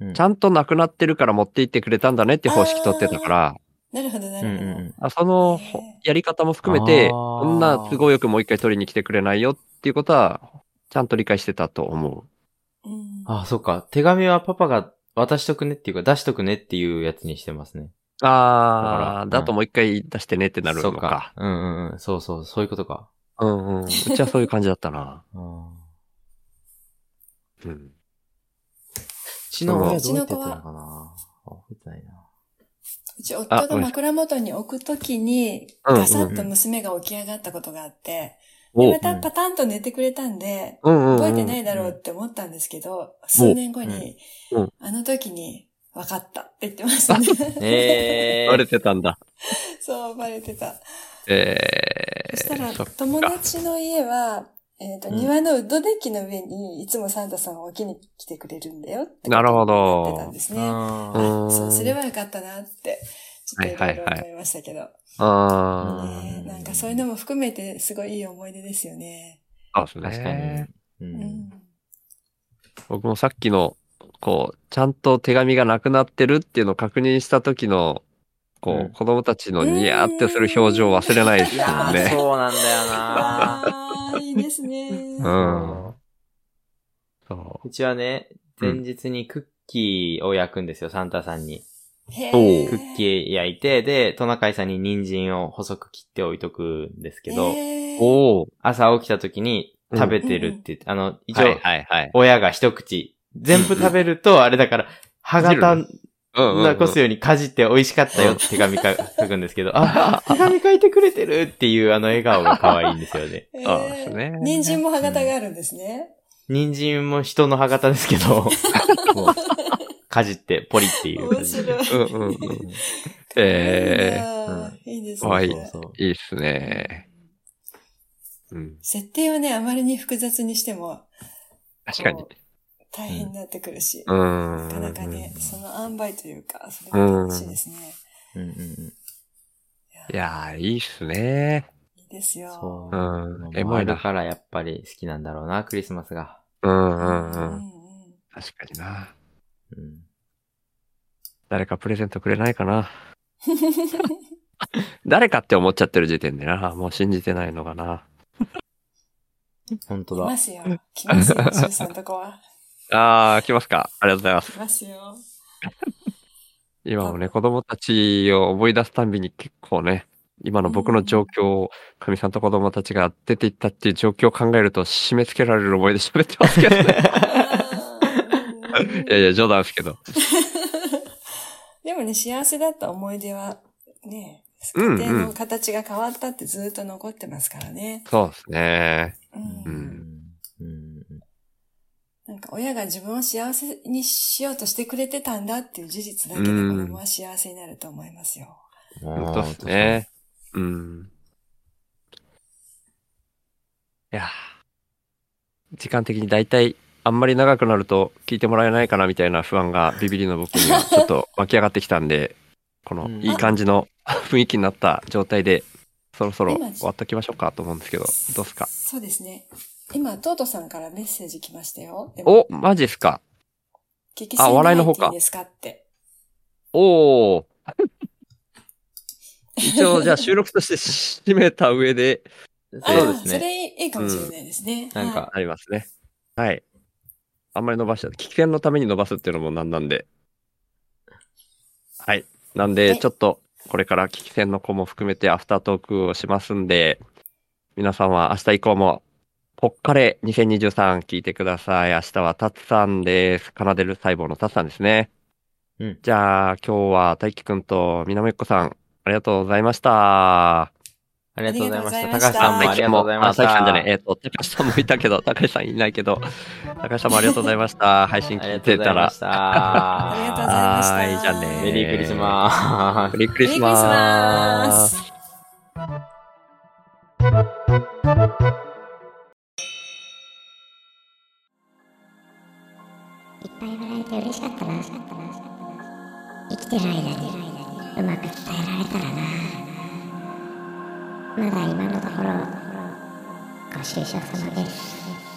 S3: うん、
S2: ちゃんとなくなってるから持って行ってくれたんだねって方式取ってたから、
S4: なるほど、な
S3: うん
S4: る
S3: う
S4: ほど。
S3: ん
S2: あその
S4: へー
S2: やり方も含めて、
S3: あー
S2: そんな都合よくもう一回取りに来てくれないよっていうことは、ちゃんと理解してたと思
S4: うん
S3: うん。あ、そっか。手紙はパパが渡しとくねっていうか、出しとくねっていうやつにしてますね。
S2: う。ああ、
S3: だから
S2: だともう一回出してねってなるの
S3: そっ
S2: か。。
S3: うんうんうん。そうそう、そういうことか。
S2: うんうん。うちはそういう感じだったな。
S3: うんう
S2: うん。
S3: ちの親
S4: う
S3: ど
S4: ち
S3: うや
S4: の
S3: って
S4: 子
S3: やっ
S4: は
S3: たのかな覚えてないな。
S4: うち、夫が枕元に置くときに、
S2: うん
S4: ガサッと娘が起き上がったことがあって、
S2: お
S4: でまたパタンと寝てくれたんで、
S2: うんうんうん、
S4: 覚えてないだろうって思ったんですけど、数年後に
S2: うんうん、
S4: あの時に、分かったって言ってましたね。
S3: ええ
S2: バレてたんだ。
S4: [LAUGHS] そう、バレてた。
S2: えー、
S4: そしたら
S2: そっ、
S4: 友達の家は、えっ、と、
S3: うん
S4: 庭のウッドデッキの上に、いつもサンタさんを置きに来てくれるんだよって。
S2: なるほど
S4: 言ってたんです
S2: う
S4: ね。
S3: あ
S2: ーん
S4: そうすればよかったなって、ちょっといろいろ
S2: はいはいはい
S4: 思いましたけど。
S2: あー
S4: ねなんかそういうのも含めて、すごいいい思い出ですよね。
S2: そう
S3: ー
S2: です
S3: 確
S2: ね。
S3: かに。う
S4: うんん。
S2: 僕もさっきの、こう、ちゃんと手紙がなくなってるっていうのを確認した時の、こう、
S3: うん
S2: 子供たちのニヤーってする表情を忘れないです
S3: い
S2: も
S3: や
S2: ん
S3: ー
S2: ね。
S3: そうなんだよな
S4: ああ、いいですね。
S2: う
S4: あ
S2: ん。そう
S3: [LAUGHS] うちはね、前日にクッキーを焼くんですよ、サンタさんに。
S2: おう
S3: クッキー焼いて、で、トナカイさんに人参を細く切って置いとくんですけど、
S4: お
S2: おー
S3: 朝起きた時に食べてるって言って、あの、一
S2: は
S3: 応
S2: い、はいはい。
S3: 親が一口、全部食べると、あれだから、歯型
S2: うんうんうん
S3: 残すようにかじって美味しかったよって手紙か書くんですけど、あ、手紙書いてくれてるっていうあの笑顔が可愛いんですよね。
S4: え
S2: そうですね
S4: 人参も歯型があるんですね。
S2: [LAUGHS]
S3: 人参も人の歯型ですけど、もうかじってポリっていう。
S4: 面白い。
S2: うんうんうん。ええ
S4: あーいいです
S2: かわい
S4: ね。
S2: い
S3: そうそう
S2: いいっすね。うん。
S4: 設定をね、あまりに複雑にしても
S2: 確かに。
S4: 大変になってくるし、
S2: う。
S4: なんかなかね、その塩梅というか、それが楽しいですね。
S3: うんうんうん。
S2: いやー、いいっすね。
S4: いいですよ。
S3: そうう。
S2: ん。エ
S3: エ
S2: モ
S3: モ
S2: い
S3: いだ
S2: な。
S3: からやっぱり好きなんだろうな、クリスマスが。
S2: うんう
S4: うん
S2: う。
S4: うんん
S2: 確かにな。
S3: うん。
S2: 誰かプレゼントくれないかな。誰かって思っちゃってる時点でな。もう信じてないのかな。
S3: 本当
S4: 来
S3: だ
S4: ま。すよ。来ますよ、周さんとこは。
S2: あー、来ますか。ありがとうございます。
S4: 来ますよ。
S2: 今もね、子供たちを思い出すたんびに結構ね、今の僕の状況を、かみさんと子供たちが出ていったっていう状況を考えると、締め付けられる思いで喋ってますけど [LAUGHS] ね。いやいや、冗談ですけど。
S4: でもね、幸せだった思い出は、ね、
S2: う
S4: 家
S2: んうん
S4: 庭の形が変わったってずっと残ってますからね。
S2: そうですね。
S4: うん
S2: うん
S3: うん。
S4: なんか親が自分を幸せにしようとしてくれてたんだっていう事実だけで子供は幸せになると思いますよ。
S2: 本当ですね。うん。いやー時間的に大体、あんまり長くなると聞いてもらえないかなみたいな不安がビビりの僕にはちょっと湧き上がってきたん [LAUGHS] で、この
S3: うん
S2: いい感じの雰囲気になった状態で、そろそろ
S4: 今
S2: 終わっときましょうかと思うんですけど、どうっすか
S4: そうですね。今、トートさんからメッセージ来ましたよ。でも
S2: お、マジっすか
S4: 聞きすぎ
S2: あ
S4: な
S2: 笑
S4: い
S2: いの方
S4: ってい
S2: か
S4: いですかって。
S2: おー [LAUGHS] 一応、じゃあ収録として締めた上で、
S4: あ
S3: そうです
S4: そ
S3: ね。
S4: れいいかもしれないですね。
S3: なんか、
S2: ありますね。はい。あんまり伸ばしちゃう。危険のために伸ばすっていうのもなんなんで。はい。なん
S4: は
S2: で、
S4: い
S2: ちょっと、これから危機戦の子も含めてアフタートークをしますんで、皆さんは明日以降も、ポッカレ2023聞いてください。明日はタツさんです。奏でる細胞のタツさんですね。
S3: うん
S2: じゃあ、今日は大輝くんと南っこさん、ありがとうございました。
S3: ありがとうございました。高
S4: ありがと
S3: 橋
S4: う
S3: さん
S4: ございました
S3: もありがとうございまし
S2: あ高橋さんじゃ
S3: た。
S2: ない、えっ、と、高橋さんもいたけど、 [LAUGHS] 高橋さんいないけど、高橋さんもありがとうございました。配信
S3: あ
S2: 聞
S3: りが
S2: い
S3: と
S2: て
S3: うござ
S2: た
S3: いま
S2: ら
S3: し。た。
S4: ありがとうございました
S2: はーい、じゃあね。
S3: メリークリスマス。
S2: メリークリスマス。
S4: メリークリスマス
S1: いっぱい笑えて嬉しかったな嬉しかったな生きてる間にうまく伝えられたらなまだ今のところご愁傷様です